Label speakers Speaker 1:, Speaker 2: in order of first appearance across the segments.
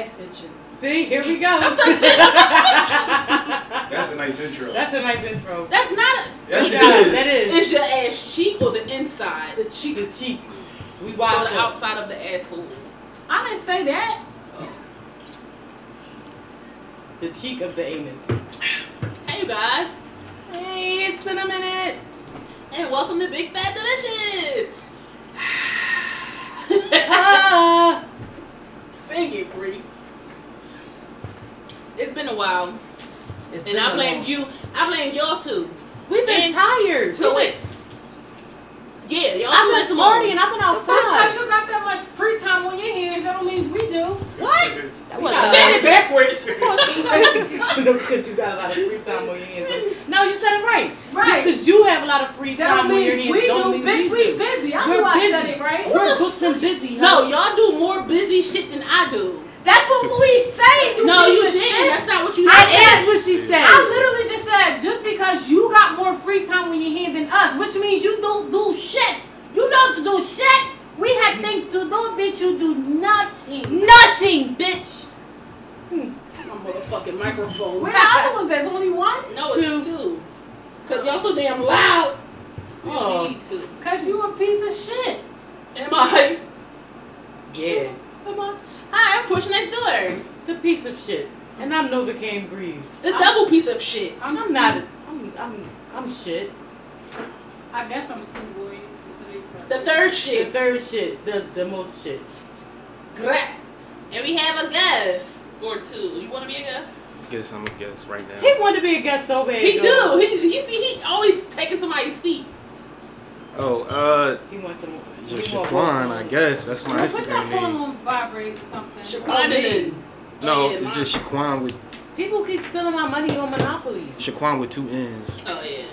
Speaker 1: ass at you.
Speaker 2: See, here we go.
Speaker 1: I'm still sitting.
Speaker 3: That's a nice intro.
Speaker 2: That's a nice intro.
Speaker 1: That's not.
Speaker 3: Yes,
Speaker 2: Yeah,
Speaker 3: it is.
Speaker 2: that
Speaker 1: A,
Speaker 2: is.
Speaker 1: is your ass cheek or the inside?
Speaker 2: The cheek. The cheek. We
Speaker 1: so
Speaker 2: watch
Speaker 1: the outside of the asshole.
Speaker 4: I didn't say that.
Speaker 2: the cheek of the anus.
Speaker 1: Hey you guys,
Speaker 2: Hey, it's been a minute.
Speaker 1: and welcome to Big Fat Delicious.
Speaker 2: Ah.
Speaker 1: Sing it, Bree. It's been a while,
Speaker 2: It's
Speaker 1: and
Speaker 2: been
Speaker 1: I
Speaker 2: a
Speaker 1: blame
Speaker 2: long-
Speaker 1: you. I blame y'all too.
Speaker 2: We've been
Speaker 1: and-
Speaker 2: tired.
Speaker 1: So
Speaker 2: We've
Speaker 1: wait,
Speaker 2: been-
Speaker 1: yeah, y'all
Speaker 2: I've
Speaker 1: too
Speaker 2: been
Speaker 1: this morning.
Speaker 2: partying. I've been
Speaker 4: Just because
Speaker 2: outside.
Speaker 4: you got that much free time on your hands, that don't mean we do.
Speaker 1: What?
Speaker 2: That
Speaker 1: You
Speaker 2: wasn't
Speaker 1: said it backwards.
Speaker 2: because you got a lot of free time on your hands. No, you said it right. Just
Speaker 4: Right.
Speaker 2: because you have a lot of free
Speaker 4: That
Speaker 2: time
Speaker 4: don't
Speaker 2: on your
Speaker 4: mean
Speaker 2: hands,
Speaker 4: we
Speaker 2: don't
Speaker 4: do.
Speaker 2: mean we
Speaker 4: Bitch, we
Speaker 2: do.
Speaker 4: busy. I
Speaker 2: We're
Speaker 4: know I said
Speaker 2: busy.
Speaker 4: it right.
Speaker 2: We're booked and busy. huh?
Speaker 1: No, y'all do more busy shit than I do.
Speaker 4: That's what we say. You
Speaker 1: no, you
Speaker 4: piece
Speaker 1: didn't.
Speaker 4: of shit.
Speaker 1: That's not what you
Speaker 2: I
Speaker 1: said.
Speaker 2: asked what she said.
Speaker 4: I literally just said just because you got more free time on your hands than us, which means you don't do shit. You don't do shit. We had things to do, bitch. You do nothing.
Speaker 2: Nothing, bitch.
Speaker 1: My motherfucking microphone.
Speaker 4: Where the other ones? There's only one.
Speaker 1: No, it's
Speaker 2: Two.
Speaker 1: two. two. Cause y'all so damn loud.
Speaker 2: Oh.
Speaker 1: You need to.
Speaker 4: Cause you a piece of shit.
Speaker 1: Am I?
Speaker 2: Yeah.
Speaker 1: Am I? Hi, I'm Portia next door.
Speaker 2: The piece of shit. And I'm Novocaine Breeze.
Speaker 1: The
Speaker 4: I'm-
Speaker 1: double piece of shit.
Speaker 2: I'm, I'm not. A, I'm. I'm. I'm shit.
Speaker 4: I guess I'm schoolboy until they start.
Speaker 1: The third
Speaker 2: The
Speaker 1: shit.
Speaker 2: third shit. The the most shit.
Speaker 1: Gra- And we have a guest or two. You want to be a guest?
Speaker 3: Guess I'm gonna guess right
Speaker 2: He
Speaker 3: now.
Speaker 2: wanted to be a guest so bad.
Speaker 1: He
Speaker 2: y'all.
Speaker 1: do. He, you see, he always taking somebody's seat.
Speaker 3: Oh, uh,
Speaker 2: He wants some. he
Speaker 3: just
Speaker 2: want
Speaker 3: Shaquan,
Speaker 2: some-
Speaker 3: I guess. That's my
Speaker 4: Put that phone
Speaker 3: Instagram name.
Speaker 4: on vibrate or something.
Speaker 1: Shaquanda
Speaker 2: me.
Speaker 1: didn't.
Speaker 3: No,
Speaker 1: oh, yeah,
Speaker 3: it's
Speaker 1: mine.
Speaker 3: just Shaquan with
Speaker 2: People keep stealing my money on Monopoly.
Speaker 3: Shaquan with two N's.
Speaker 1: Oh yeah.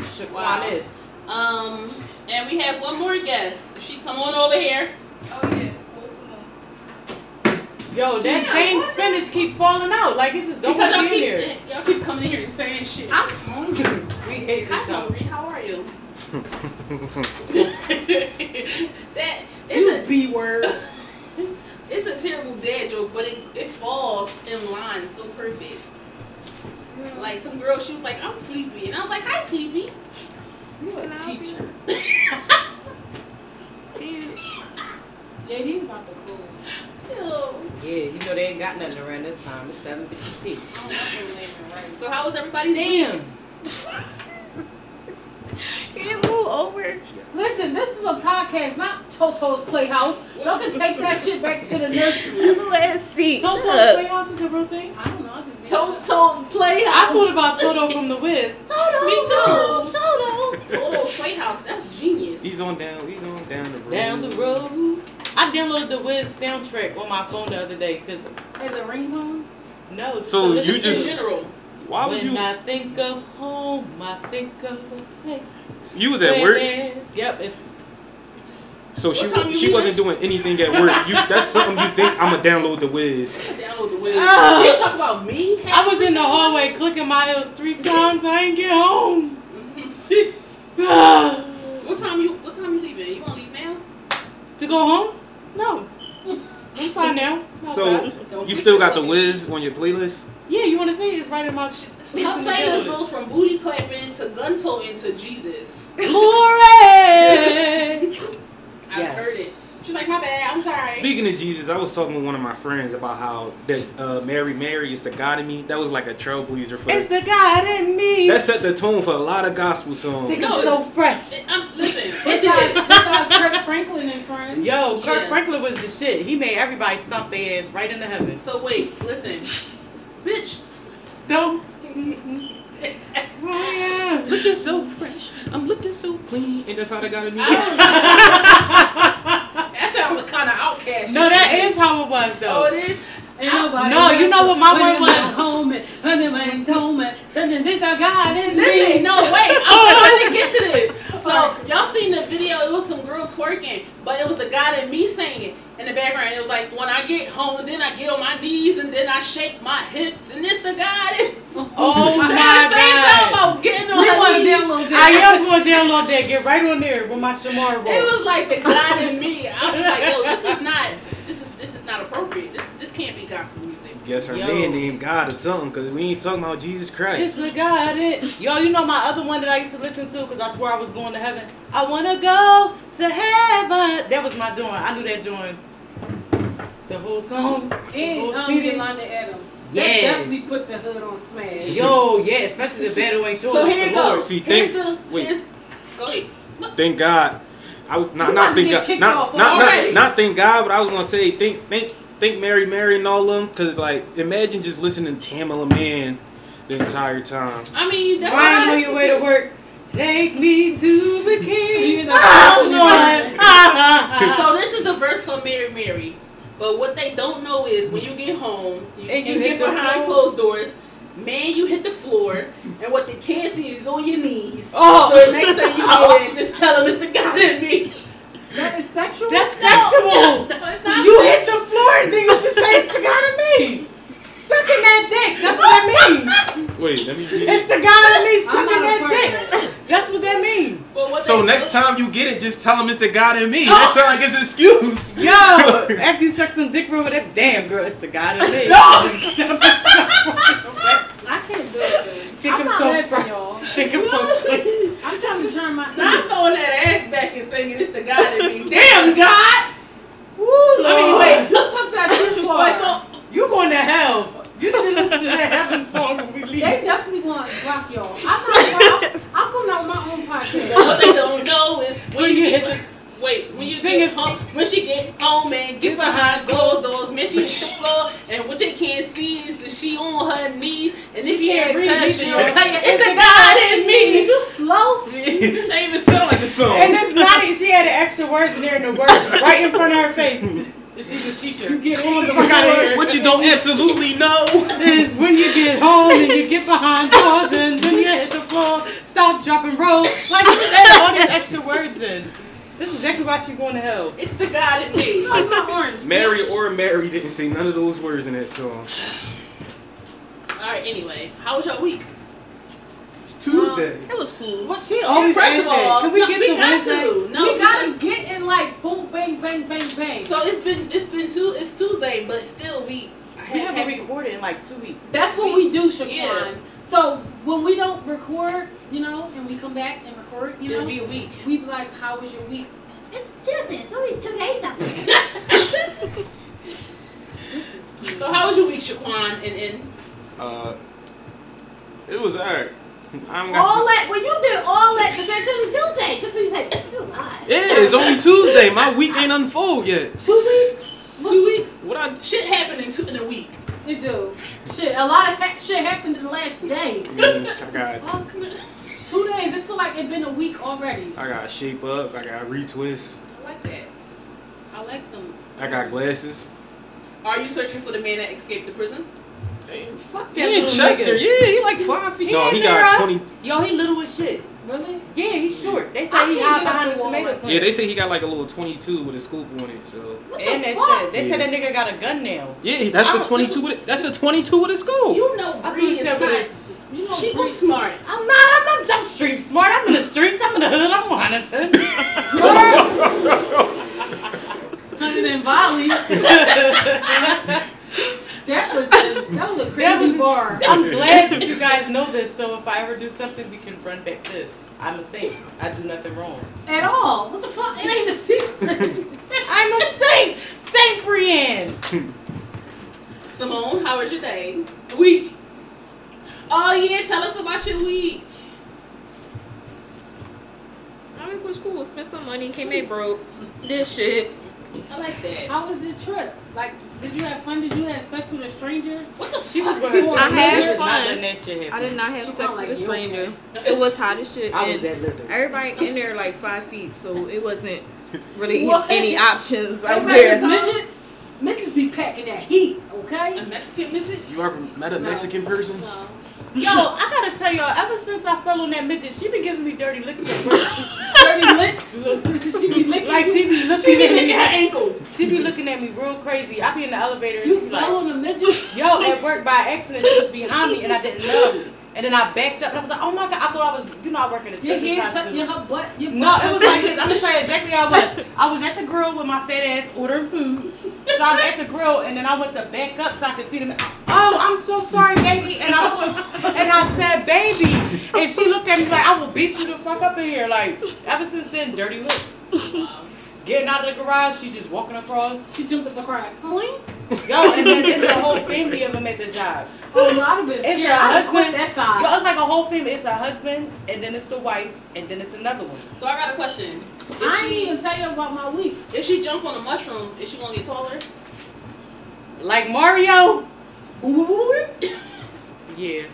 Speaker 2: Shaquan
Speaker 1: Wow.
Speaker 2: is.
Speaker 1: Um, and we have one more guest. She come on over here.
Speaker 4: Oh yeah. What's the name?
Speaker 2: Yo, that
Speaker 4: Yeah,
Speaker 2: same
Speaker 4: what?
Speaker 2: spinach keep falling out. Like it's just don't
Speaker 1: because
Speaker 2: want to
Speaker 1: y'all
Speaker 2: be in
Speaker 1: keep
Speaker 2: here.
Speaker 1: y'all keep coming in here and saying shit.
Speaker 4: I'm hungry.
Speaker 2: We hate this
Speaker 1: Hi,
Speaker 2: house.
Speaker 1: Marie. How are you? that
Speaker 2: You
Speaker 1: it's
Speaker 2: B word.
Speaker 1: a it's a terrible dad joke, but it, it falls in line so perfect. Like some girl, she was like, "I'm sleepy," and I was like, "Hi, sleepy."
Speaker 4: You a
Speaker 1: Teacher.
Speaker 4: JD's about to cool.
Speaker 1: Ew.
Speaker 2: Yeah, you know they ain't got nothing around this time. It's seven fifty six.
Speaker 4: I don't know if I'm naming right.
Speaker 1: so how was everybody's week?
Speaker 2: Damn.
Speaker 3: Can you move over?
Speaker 4: Listen, this is a podcast, not Toto's Playhouse. Y'all can take that shit back to the nursery.
Speaker 5: Last seat.
Speaker 2: Toto's
Speaker 5: Shut up.
Speaker 2: Playhouse is a real thing.
Speaker 4: I don't know. I just made it up.
Speaker 1: Toto's playhouse.
Speaker 2: I thought about Toto from the Wiz. Toto.
Speaker 1: Me too.
Speaker 2: Toto.
Speaker 1: Toto's playhouse. That's genius.
Speaker 3: He's on down. He's on down the road.
Speaker 2: Down the road. I downloaded the Wiz soundtrack on my phone the other day because
Speaker 4: As a ringtone?
Speaker 2: no. to
Speaker 3: So you
Speaker 2: listen
Speaker 1: in
Speaker 3: just-
Speaker 2: to.
Speaker 1: general.
Speaker 3: Why would
Speaker 2: when
Speaker 3: you?
Speaker 2: I think of home, I think of a place.
Speaker 3: You was at
Speaker 2: where
Speaker 3: work,
Speaker 2: there's- Yep. It's
Speaker 3: so she
Speaker 1: What time you
Speaker 3: she wasn't doing anything at work. You that's something you think I'ma download the Wiz.
Speaker 1: Download the Wiz.
Speaker 2: Ah.
Speaker 1: you talk about me?
Speaker 2: I was in the hallway clicking my heels three times. I ain't get home. to
Speaker 1: What time you What time you leaving? You want to leave now?
Speaker 2: go home? No. I'm fine now. I'm
Speaker 3: So
Speaker 2: outside.
Speaker 1: Don't
Speaker 3: you
Speaker 1: pick
Speaker 3: still
Speaker 1: this
Speaker 3: got the
Speaker 1: up.
Speaker 3: Wiz on your playlist?
Speaker 2: yeah, you want to say it's right in my.
Speaker 1: My playlist goes from booty clapping to gun toting to Jesus.
Speaker 2: Glory.
Speaker 1: I've
Speaker 2: Yes.
Speaker 1: heard it. She's like, my bad. I'm sorry.
Speaker 3: Speaking of Jesus, I was talking with one of my friends about how that uh, Mary Mary is the God in me. That was like a trailblazer for
Speaker 2: It's the God in me.
Speaker 3: that set the tone for a lot of gospel
Speaker 2: Think
Speaker 3: songs.
Speaker 1: No.
Speaker 2: it's so fresh.
Speaker 1: I'm, listen,
Speaker 4: Besides,
Speaker 1: listen.
Speaker 4: besides Kirk Franklin and friends.
Speaker 2: Yo, Kirk
Speaker 1: Yeah.
Speaker 2: Franklin was the shit. He made everybody stomp their ass right into heaven.
Speaker 1: so wait, listen, bitch.
Speaker 2: Still.
Speaker 3: Looking so fresh, I'm looking so clean, and that's how they got in me.
Speaker 1: I don't know.
Speaker 2: no,
Speaker 1: That sounds kind of outcast.
Speaker 2: that is how it was
Speaker 1: Oh,
Speaker 2: though.
Speaker 1: it is.
Speaker 4: Ain't nobody
Speaker 2: No, you know what my
Speaker 4: When
Speaker 2: one
Speaker 4: it
Speaker 2: was?
Speaker 4: Home and honey, my home and then this I got in
Speaker 1: Listen,
Speaker 4: me.
Speaker 1: no, wait.
Speaker 2: Oh.
Speaker 1: I'm trying to get to this. So
Speaker 4: Alright.
Speaker 1: y'all seen the video? It was some girl twerking, but it was the guy and me singing in the background. It was like, when I get home, then I get on my knees and then I shake my hips, and it's the guy. in-
Speaker 2: Oh my
Speaker 1: I'm trying to say something
Speaker 2: god.
Speaker 1: about getting on
Speaker 4: we
Speaker 1: her
Speaker 4: want to
Speaker 1: knees.
Speaker 4: download
Speaker 2: I
Speaker 4: that.
Speaker 2: am going download that. Get right on there with my Shamar roll.
Speaker 1: It was like the God in me. I was like, yo, this is not, this is this is not appropriate. This is gospel music.
Speaker 3: Guess her
Speaker 2: Yo.
Speaker 3: man named God or something, cause we ain't talking about Jesus
Speaker 2: It's
Speaker 3: Christ.
Speaker 2: with God in it. Yo, you know my other one that I used to listen to because I swear I was going to heaven. I want to go to heaven. That was my joint. I knew that joint. The whole song. the
Speaker 4: And
Speaker 2: whole
Speaker 4: um,
Speaker 2: CD.
Speaker 4: Yolanda Adams. That
Speaker 2: Yeah.
Speaker 4: definitely put the hood on smash.
Speaker 2: Yo, yeah, especially the battle ain't yours.
Speaker 1: So here
Speaker 2: the
Speaker 1: it
Speaker 2: Lord.
Speaker 1: goes.
Speaker 3: See,
Speaker 1: Here's the
Speaker 3: thank- wait.
Speaker 1: here's go ahead.
Speaker 3: Thank God. I would
Speaker 4: You
Speaker 3: not
Speaker 4: about
Speaker 3: not
Speaker 4: to
Speaker 3: thank
Speaker 4: get
Speaker 3: God.
Speaker 4: kicked
Speaker 3: Not,
Speaker 4: off
Speaker 3: not, not,
Speaker 1: already.
Speaker 3: not thank God, but I was gonna say thank thank thank Mary Mary and all of them, cause like imagine just listening to Tamala Man the entire time.
Speaker 1: I mean, that's
Speaker 2: Ryan,
Speaker 1: what I
Speaker 2: on
Speaker 1: used
Speaker 2: your
Speaker 1: to
Speaker 2: way
Speaker 1: do.
Speaker 2: to work. Take me to the
Speaker 4: You
Speaker 2: king.
Speaker 4: know,
Speaker 2: Oh, Lord.
Speaker 1: So this is the verse for Mary Mary. But what they don't know is when you get home, you,
Speaker 2: And you
Speaker 1: and get
Speaker 2: hit the
Speaker 1: behind
Speaker 2: floor.
Speaker 1: closed doors. Man, you hit the floor, and what they can't see is on your knees.
Speaker 2: Oh.
Speaker 1: So the next thing you know, in, just tell them it's the God in me.
Speaker 4: That is sexual.
Speaker 2: That's
Speaker 4: No.
Speaker 2: sexual.
Speaker 1: No, it's not.
Speaker 2: You hit the floor and then you just say it's the God in me. Sucking that dick. That's what that means.
Speaker 3: Wait, let me.
Speaker 2: It's the guy in me
Speaker 4: I'm
Speaker 2: sucking
Speaker 4: not a
Speaker 2: that dick. That's what that means.
Speaker 1: But what
Speaker 3: So
Speaker 1: they-
Speaker 3: next time you get it, just tell him it's the God in me. That sounds like his excuse.
Speaker 2: Yo, after you suck some dick over that, damn girl, it's the guy in me.
Speaker 1: No.
Speaker 4: I can't do it.
Speaker 2: Think
Speaker 4: I'm
Speaker 2: I'm
Speaker 4: not
Speaker 2: so
Speaker 4: laughing,
Speaker 2: fresh.
Speaker 4: y'all.
Speaker 2: Think I'm so fresh.
Speaker 4: I'm trying to turn my.
Speaker 1: Not throwing that ass back and singing it's the God in me. Damn God!
Speaker 2: Woo,
Speaker 1: I mean, wait.
Speaker 2: Lord.
Speaker 4: You took that too far.
Speaker 1: Wait, so
Speaker 2: You going to hell. You need to listen to that heaven song when we leave.
Speaker 4: They definitely want to block y'all. I'm, not, I'm, I'm coming out with my own
Speaker 1: But what
Speaker 4: podcast.
Speaker 1: they don't know is when you
Speaker 2: Yeah.
Speaker 1: get wait when you
Speaker 2: Sing
Speaker 1: get
Speaker 2: it.
Speaker 1: home when she get home and get behind closed doors, man she hit the floor and what you can't see is that she on her knees and if you
Speaker 2: can't
Speaker 1: ask
Speaker 2: read,
Speaker 1: her
Speaker 2: you
Speaker 1: she'll
Speaker 2: know.
Speaker 1: tell you it's the God in
Speaker 4: Is
Speaker 1: me.
Speaker 4: you slow?
Speaker 3: it ain't even sound like the song.
Speaker 2: And it's not, she had the extra words in there and the words right in front of her face. And She's a teacher.
Speaker 4: You get on the
Speaker 2: Fuck outta
Speaker 4: floor.
Speaker 2: here.
Speaker 3: What you don't absolutely know.
Speaker 2: is when you get home and you get behind doors and then you hit the floor, stop, drop, and roll. Like, you add all these extra words in. This is exactly why she's going to hell.
Speaker 1: It's the God in me.
Speaker 4: No, it's not orange.
Speaker 3: Mary or Mary didn't say none of those words in that song.
Speaker 1: Alright, anyway, how was your week?
Speaker 3: It's Tuesday.
Speaker 1: It was cool.
Speaker 2: What she always
Speaker 1: First of
Speaker 2: asks that.
Speaker 1: all,
Speaker 2: Can we
Speaker 1: no,
Speaker 2: get
Speaker 1: we
Speaker 2: to
Speaker 1: got
Speaker 2: Wednesday?
Speaker 1: to. No,
Speaker 4: we got us getting like boom, bang, bang, bang, bang.
Speaker 1: So it's been it's been two it's Tuesday, but still we I
Speaker 2: We
Speaker 1: have
Speaker 2: haven't
Speaker 1: every
Speaker 2: recorded in like two weeks.
Speaker 4: That's what we do, Shaquan.
Speaker 1: Yeah.
Speaker 4: So when we don't record, you know, and we come back and record, you know,
Speaker 1: it'll be a week.
Speaker 4: we be like, "How was your week?"
Speaker 5: It's Tuesday. It's only two days after.
Speaker 1: So how was your week, Shaquan? And and
Speaker 3: Uh, it was alright. I'm
Speaker 4: All that when you did all that to say
Speaker 5: It's Tuesday. Just when you say you lie.
Speaker 3: Yeah, it's only Tuesday. My week ain't unfold yet.
Speaker 1: two weeks? Two weeks?
Speaker 3: What I-
Speaker 1: shit happened in two in a week.
Speaker 4: it do shit. A lot of ha- shit happened in the last day.
Speaker 3: Man, I got,
Speaker 1: Oh,
Speaker 4: Fuck. Two days. It feel like it been a week already.
Speaker 3: I got shape up. I got retwist.
Speaker 4: I like that. I like them.
Speaker 3: I got glasses.
Speaker 1: Are you searching for the man that escaped the prison?
Speaker 2: Fuck that
Speaker 3: He in
Speaker 2: little
Speaker 3: Chester.
Speaker 2: nigga.
Speaker 3: Yeah, he like five feet. No,
Speaker 2: ain't
Speaker 3: he
Speaker 2: near us.
Speaker 3: got twenty.
Speaker 2: Yo, he little as shit.
Speaker 4: Really?
Speaker 2: Yeah, he's short. They
Speaker 4: I
Speaker 2: say he
Speaker 4: can't
Speaker 2: hide
Speaker 4: get up
Speaker 2: behind
Speaker 4: the
Speaker 2: a
Speaker 4: wall
Speaker 2: tomato
Speaker 4: like
Speaker 2: plant.
Speaker 3: Yeah, they say he got like a little twenty-two with a scoop on it. So
Speaker 4: What
Speaker 2: and
Speaker 4: the
Speaker 2: they
Speaker 4: fuck?
Speaker 2: said they said that nigga got a gun now.
Speaker 3: yeah, that's
Speaker 1: I
Speaker 3: the
Speaker 1: don't
Speaker 3: twenty-two.
Speaker 1: think-
Speaker 3: With it. That's a twenty-two with a scoop.
Speaker 1: You know
Speaker 2: I
Speaker 1: Bree
Speaker 2: thought
Speaker 1: is
Speaker 2: you said
Speaker 1: not.
Speaker 4: You know,
Speaker 1: She
Speaker 4: Bree-
Speaker 1: book smart.
Speaker 2: I'm not. I'm not. I'm street smart. I'm in the streets. I'm in the hood. I'm Washington.
Speaker 4: Hunted in Volley. That was a, that was a crazy
Speaker 2: was-
Speaker 4: bar.
Speaker 2: I'm glad that you guys know this. So if I ever do something, we can run back this. I'm a saint. I do nothing wrong.
Speaker 4: At all. What the fuck? It ain't a secret.
Speaker 2: I'm a saint. Saint Brienne.
Speaker 1: Simone, how was your day?
Speaker 2: Week.
Speaker 1: Oh yeah, tell us about your week.
Speaker 6: I went to school, spent some money, came in broke, did shit.
Speaker 1: I like that.
Speaker 4: How was the trip? Like, did you have fun? Did you have sex with a stranger?
Speaker 1: What the
Speaker 2: She was
Speaker 1: fuck?
Speaker 2: with her sister.
Speaker 6: I had
Speaker 2: She was not
Speaker 6: fun.
Speaker 2: letting that shit happen.
Speaker 6: I did not have
Speaker 4: She
Speaker 6: sex
Speaker 4: sound
Speaker 6: with
Speaker 4: like
Speaker 6: a
Speaker 4: you,
Speaker 6: stranger. It was hot as shit.
Speaker 2: I was
Speaker 6: And
Speaker 2: that lizard.
Speaker 6: everybody in there like five feet, so it wasn't really
Speaker 4: What?
Speaker 6: any options out
Speaker 4: Everybody
Speaker 6: there.
Speaker 4: was midgets? Midgets be packing that heat, okay?
Speaker 1: A Mexican midget?
Speaker 3: You ever met a Mexican person?
Speaker 4: No.
Speaker 2: Yo, I gotta tell y'all. Ever since I fell on that midget, she been giving me dirty looks. at work.
Speaker 4: Dirty licks. she be licking
Speaker 2: like
Speaker 4: you.
Speaker 2: she be looking.
Speaker 1: She be
Speaker 2: at me-
Speaker 1: licking her ankle.
Speaker 2: She be looking at me real crazy. I be in the elevator and she
Speaker 4: You
Speaker 2: be like.
Speaker 4: fell on a midget?
Speaker 2: Yo, at work by accident, she was behind me and I didn't know. And then I backed up and I was like, oh my god, I thought I was, you know, I work in a
Speaker 4: Your
Speaker 2: children's
Speaker 4: head tucked in
Speaker 2: hospital.
Speaker 4: her butt. Your
Speaker 2: No,
Speaker 4: butt
Speaker 2: it was
Speaker 4: tucked
Speaker 2: like
Speaker 4: in-
Speaker 2: this. I'm gonna show you exactly how I was. I was at the grill with my fat ass ordering food. So I'm at the grill, and then I went to back up so I could see them. Oh, I'm so sorry, baby. And I was, and I said, baby. And she looked at me like, I will beat you the fuck up in here. Like, ever since then, dirty looks. Getting out of the garage, she's just walking across.
Speaker 4: She jumped up the crack. Boing.
Speaker 2: Yo, and then it's a whole family of them at the job.
Speaker 4: Oh, no, I'd have been
Speaker 2: It's
Speaker 4: scared.
Speaker 2: a
Speaker 4: I'd have quit
Speaker 2: husband.
Speaker 4: that
Speaker 2: Yo,
Speaker 4: side.
Speaker 2: it's like a whole family. It's a husband, and then it's the wife, and then it's another one.
Speaker 1: So I got a question. If
Speaker 4: I ain't
Speaker 1: she,
Speaker 4: even tell you about my week.
Speaker 1: if she jump on a mushroom, is she gonna get taller?
Speaker 2: Like Mario.
Speaker 4: Ooh.
Speaker 2: Yeah.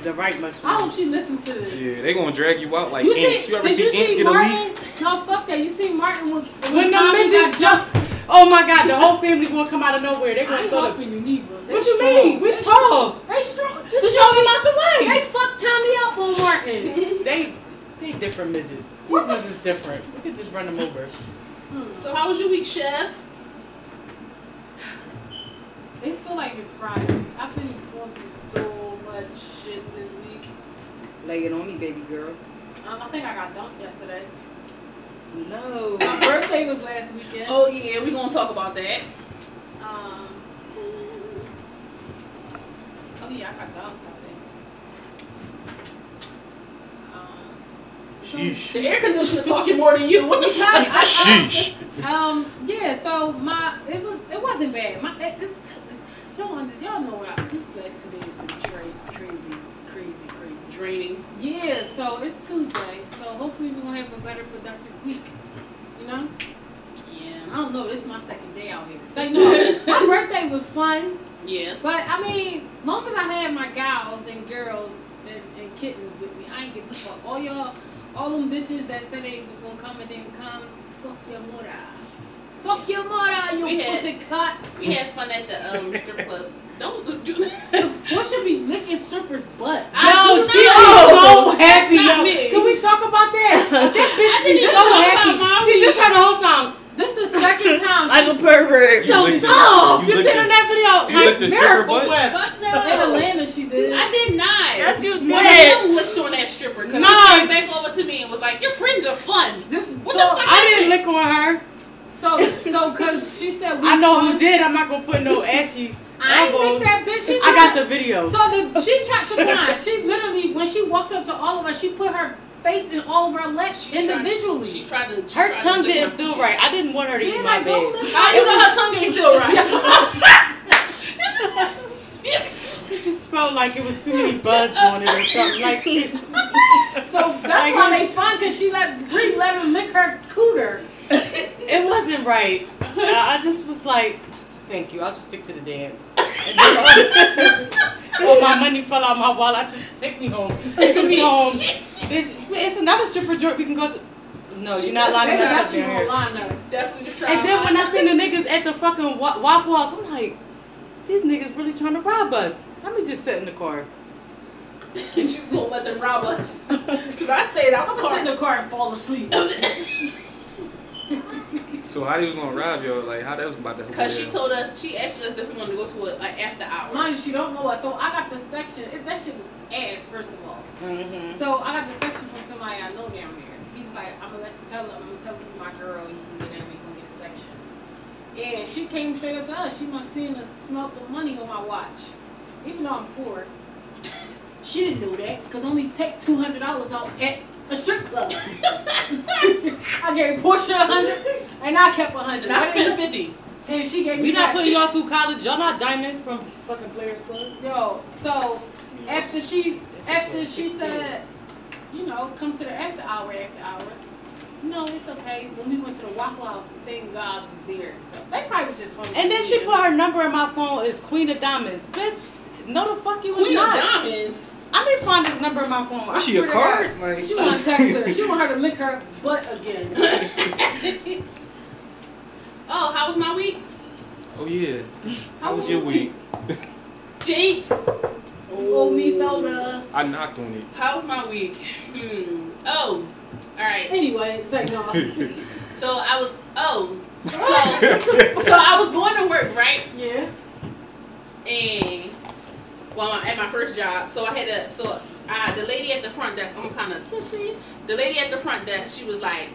Speaker 2: The right mushroom.
Speaker 4: I hope she listened to this.
Speaker 3: Yeah, they gonna drag you out like
Speaker 4: you
Speaker 3: ants.
Speaker 4: see,
Speaker 3: you ever
Speaker 4: did
Speaker 3: see
Speaker 4: you
Speaker 3: ants
Speaker 4: see
Speaker 3: get
Speaker 4: Martin?
Speaker 3: a leaf?
Speaker 4: No, fuck that. You see Martin was when,
Speaker 2: When the
Speaker 4: Tommy got
Speaker 2: midgets jump, oh my God, the whole family gonna come out of nowhere. They
Speaker 4: I
Speaker 2: gonna
Speaker 4: ain't
Speaker 2: throw the.
Speaker 4: helping you neither. They
Speaker 2: What you
Speaker 4: strong.
Speaker 2: mean? We're
Speaker 4: They
Speaker 2: tall.
Speaker 4: strong. They strong. Just
Speaker 2: Just
Speaker 4: you
Speaker 2: throw them
Speaker 4: see,
Speaker 2: out the
Speaker 4: they
Speaker 2: way.
Speaker 4: fucked Tommy up on Martin.
Speaker 2: They, they different midgets. These
Speaker 4: What the
Speaker 2: ones is different. We could just run them over.
Speaker 4: Hmm.
Speaker 1: So how was your week, Chef?
Speaker 4: It feel like it's Friday. I've been going through so much shit this week.
Speaker 2: Lay it on me, baby girl.
Speaker 4: Um, I think I got dumped yesterday.
Speaker 2: No.
Speaker 4: My birthday was last weekend.
Speaker 1: Oh yeah, we gonna talk about that.
Speaker 4: Um, oh yeah, I got dumped. I think. Um,
Speaker 3: Sheesh.
Speaker 1: The air conditioner talking more than you. What the
Speaker 4: No,
Speaker 1: fuck?
Speaker 4: I-
Speaker 3: Sheesh.
Speaker 4: I- Um. Yeah. So my it was it wasn't bad. My it, it's t- y'all under- y'all know what I, these last two days been tra- crazy, crazy, crazy.
Speaker 1: Draining.
Speaker 4: Yeah. So it's Tuesday. So hopefully we're gonna have a better productive week. You know. I
Speaker 1: Yeah.
Speaker 4: don't know. This is my second day out here. So no, my birthday was fun,
Speaker 1: Yeah.
Speaker 4: but I mean, long as I had my gals and girls and, and kittens with me, I ain't give a fuck. All y'all, all them bitches that said they was gonna come and didn't come, suck your mother. Suck your mother, you
Speaker 1: We had-
Speaker 4: pussy cut.
Speaker 1: We had fun at the um, strip club. Don't do that.
Speaker 4: What should be licking strippers' butt?
Speaker 1: I
Speaker 2: Yo,
Speaker 1: do
Speaker 2: she
Speaker 1: not.
Speaker 2: is so
Speaker 1: That's
Speaker 2: happy,
Speaker 1: not
Speaker 2: yo.
Speaker 1: me.
Speaker 2: Can we talk about that? That bitch
Speaker 1: I didn't
Speaker 2: be
Speaker 1: even
Speaker 2: so
Speaker 1: talk about
Speaker 2: happy.
Speaker 1: my
Speaker 2: She
Speaker 1: week.
Speaker 2: just had the whole time.
Speaker 4: This the second time.
Speaker 2: Like a
Speaker 4: she-
Speaker 2: pervert.
Speaker 3: You
Speaker 2: So
Speaker 3: licked it.
Speaker 2: dumb.
Speaker 3: You
Speaker 2: You
Speaker 3: licked
Speaker 2: seen
Speaker 3: it.
Speaker 2: on that
Speaker 3: You
Speaker 2: video? Like
Speaker 3: licked the stripper
Speaker 2: miracle
Speaker 3: butt.
Speaker 2: web.
Speaker 1: Fuck
Speaker 4: in
Speaker 1: no.
Speaker 4: Atlanta, she did.
Speaker 1: I did not.
Speaker 6: Yes, you
Speaker 1: One
Speaker 6: did.
Speaker 2: Yes.
Speaker 1: of them licked on that stripper because
Speaker 2: No.
Speaker 1: she came back over to me and was like, "Your friends are fun."
Speaker 4: Just
Speaker 1: What the
Speaker 4: so,
Speaker 1: fuck?
Speaker 2: I didn't lick on her.
Speaker 4: so so cause she said we
Speaker 2: I know
Speaker 4: fun.
Speaker 2: who did. I'm not gonna put no ashy.
Speaker 4: I ain't
Speaker 2: elbows.
Speaker 4: think that bitch. She
Speaker 2: I got
Speaker 4: tried-
Speaker 2: the video.
Speaker 4: So the, she tried. Shaquan, she literally when she walked up to all of us, she put her face in all of our laps
Speaker 1: She tried-
Speaker 4: individually.
Speaker 1: She tried to. she
Speaker 2: her
Speaker 1: tried to
Speaker 2: tongue
Speaker 1: lick
Speaker 2: didn't
Speaker 1: my
Speaker 2: feel
Speaker 1: coochie.
Speaker 2: right. I didn't want her to eat
Speaker 4: yeah,
Speaker 2: my
Speaker 4: like don't
Speaker 2: bed.
Speaker 4: live
Speaker 1: How
Speaker 4: by
Speaker 1: you know
Speaker 4: your-
Speaker 1: her tongue didn't feel right?
Speaker 2: It just felt like it was too many bugs on it or something. Like
Speaker 4: So
Speaker 2: Like,
Speaker 4: that's why they
Speaker 2: it's-
Speaker 4: fun because she let Bree let her lick her cooter.
Speaker 2: it wasn't right. I I just was like, thank you. I'll just stick to the dance. And then- Well, my money fell out my wallet. I said, take me home. Take me home. It's, it's another stripper joint we can go to. No, you're not lying
Speaker 4: They
Speaker 2: to us up
Speaker 4: definitely
Speaker 2: in
Speaker 4: gonna
Speaker 2: here.
Speaker 4: line us.
Speaker 1: Definitely just trying.
Speaker 2: And then when I seen the niggas at the fucking wa- Waffle House, I'm like, these niggas really trying to rob us. Let me just sit in the car.
Speaker 1: you gonna let them rob us?
Speaker 2: Mm-hmm.
Speaker 1: Cause I stayed out
Speaker 4: I'm
Speaker 1: the
Speaker 4: gonna sit
Speaker 1: car.
Speaker 4: in the car and fall asleep.
Speaker 3: So how they was gonna rob y'all? Like how that was about to go
Speaker 1: Cause she
Speaker 3: down?
Speaker 1: told us she asked us if we wanted to go to a, like after hour.
Speaker 4: Mind you, she don't know us. So I got the section. It, that shit was ass, first of all.
Speaker 2: Mm-hmm.
Speaker 4: So I got the section from somebody I know down there. He was like, I'm gonna let you tell him, I'm gonna tell him my girl, you can get down and go to the section. And she came straight up to us. She must seen us smelt the money on my watch. Even though I'm poor. She didn't know that, because only take two hundred dollars out at a strip club. I gave Portia a hundred and I kept a hundred.
Speaker 1: and I spent fifty.
Speaker 4: and she gave me
Speaker 2: We not
Speaker 4: that.
Speaker 2: putting y'all through college. Y'all not diamond from fucking Players Club.
Speaker 4: Yo, so after she after she said, you know, come to the after hour after hour. No, it's okay. When we went to the Waffle House, the same guys was there, so they probably was just hungry.
Speaker 2: And then she put her number in my phone is Queen of Diamonds. Bitch, no the fuck you was
Speaker 1: Queen of
Speaker 2: not.
Speaker 1: Diamonds.
Speaker 2: I didn't find this number in my phone. I
Speaker 3: Was Oh, she
Speaker 2: swear
Speaker 3: a
Speaker 2: to God.
Speaker 3: card? Like
Speaker 4: She want to text her. She want her to lick her butt again.
Speaker 1: Oh, how was my week?
Speaker 3: Oh yeah. How was your week?
Speaker 1: Jinx. Oh,
Speaker 4: You owe me soda.
Speaker 3: I knocked on it.
Speaker 1: How was my week? Hmm. Oh. All right.
Speaker 4: Anyway, it's like no.
Speaker 1: So I was. Oh. So so I was going to work right,
Speaker 4: Yeah.
Speaker 1: and well, at my first job, so I had to. So I, the lady at the front desk, I'm kind of tipsy. The lady at the front desk, she was like,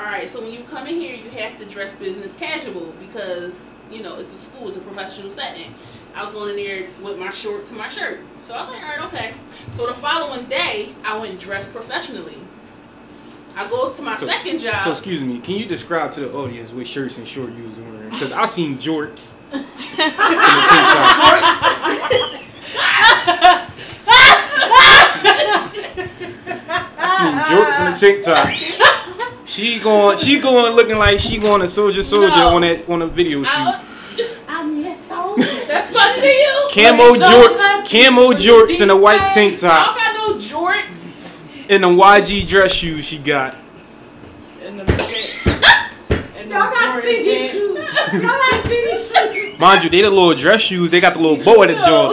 Speaker 1: All right, so when you come in here, you have to dress business casual because you know it's a school, it's a professional setting. I was going in there with my shorts and my shirt, so I was like, all right, okay. So the following day, I went dressed professionally. I goes to my
Speaker 3: So-
Speaker 1: second job.
Speaker 3: So excuse me, can you describe to the audience what shirts and shorts you was wearing? Because I seen jorts. and a tank top. I seen jorts and a tank top. She going, she going looking like she going a soldier soldier
Speaker 1: No.
Speaker 3: on that on a video shoot.
Speaker 1: I,
Speaker 4: I mean, it's so.
Speaker 1: that's funny to you.
Speaker 3: Camo
Speaker 2: No,
Speaker 3: jort,
Speaker 2: that's-
Speaker 3: camo jorts and a white
Speaker 2: Deep
Speaker 3: tank
Speaker 1: I don't
Speaker 3: top
Speaker 1: got no jorts.
Speaker 3: and the YG dress shoes she got.
Speaker 2: And the and the
Speaker 4: Y'all gotta see these
Speaker 2: Jordan
Speaker 4: shoes. Y'all gotta see these shoes.
Speaker 3: Mind you, they the little dress shoes. They got the little bow at the jaw.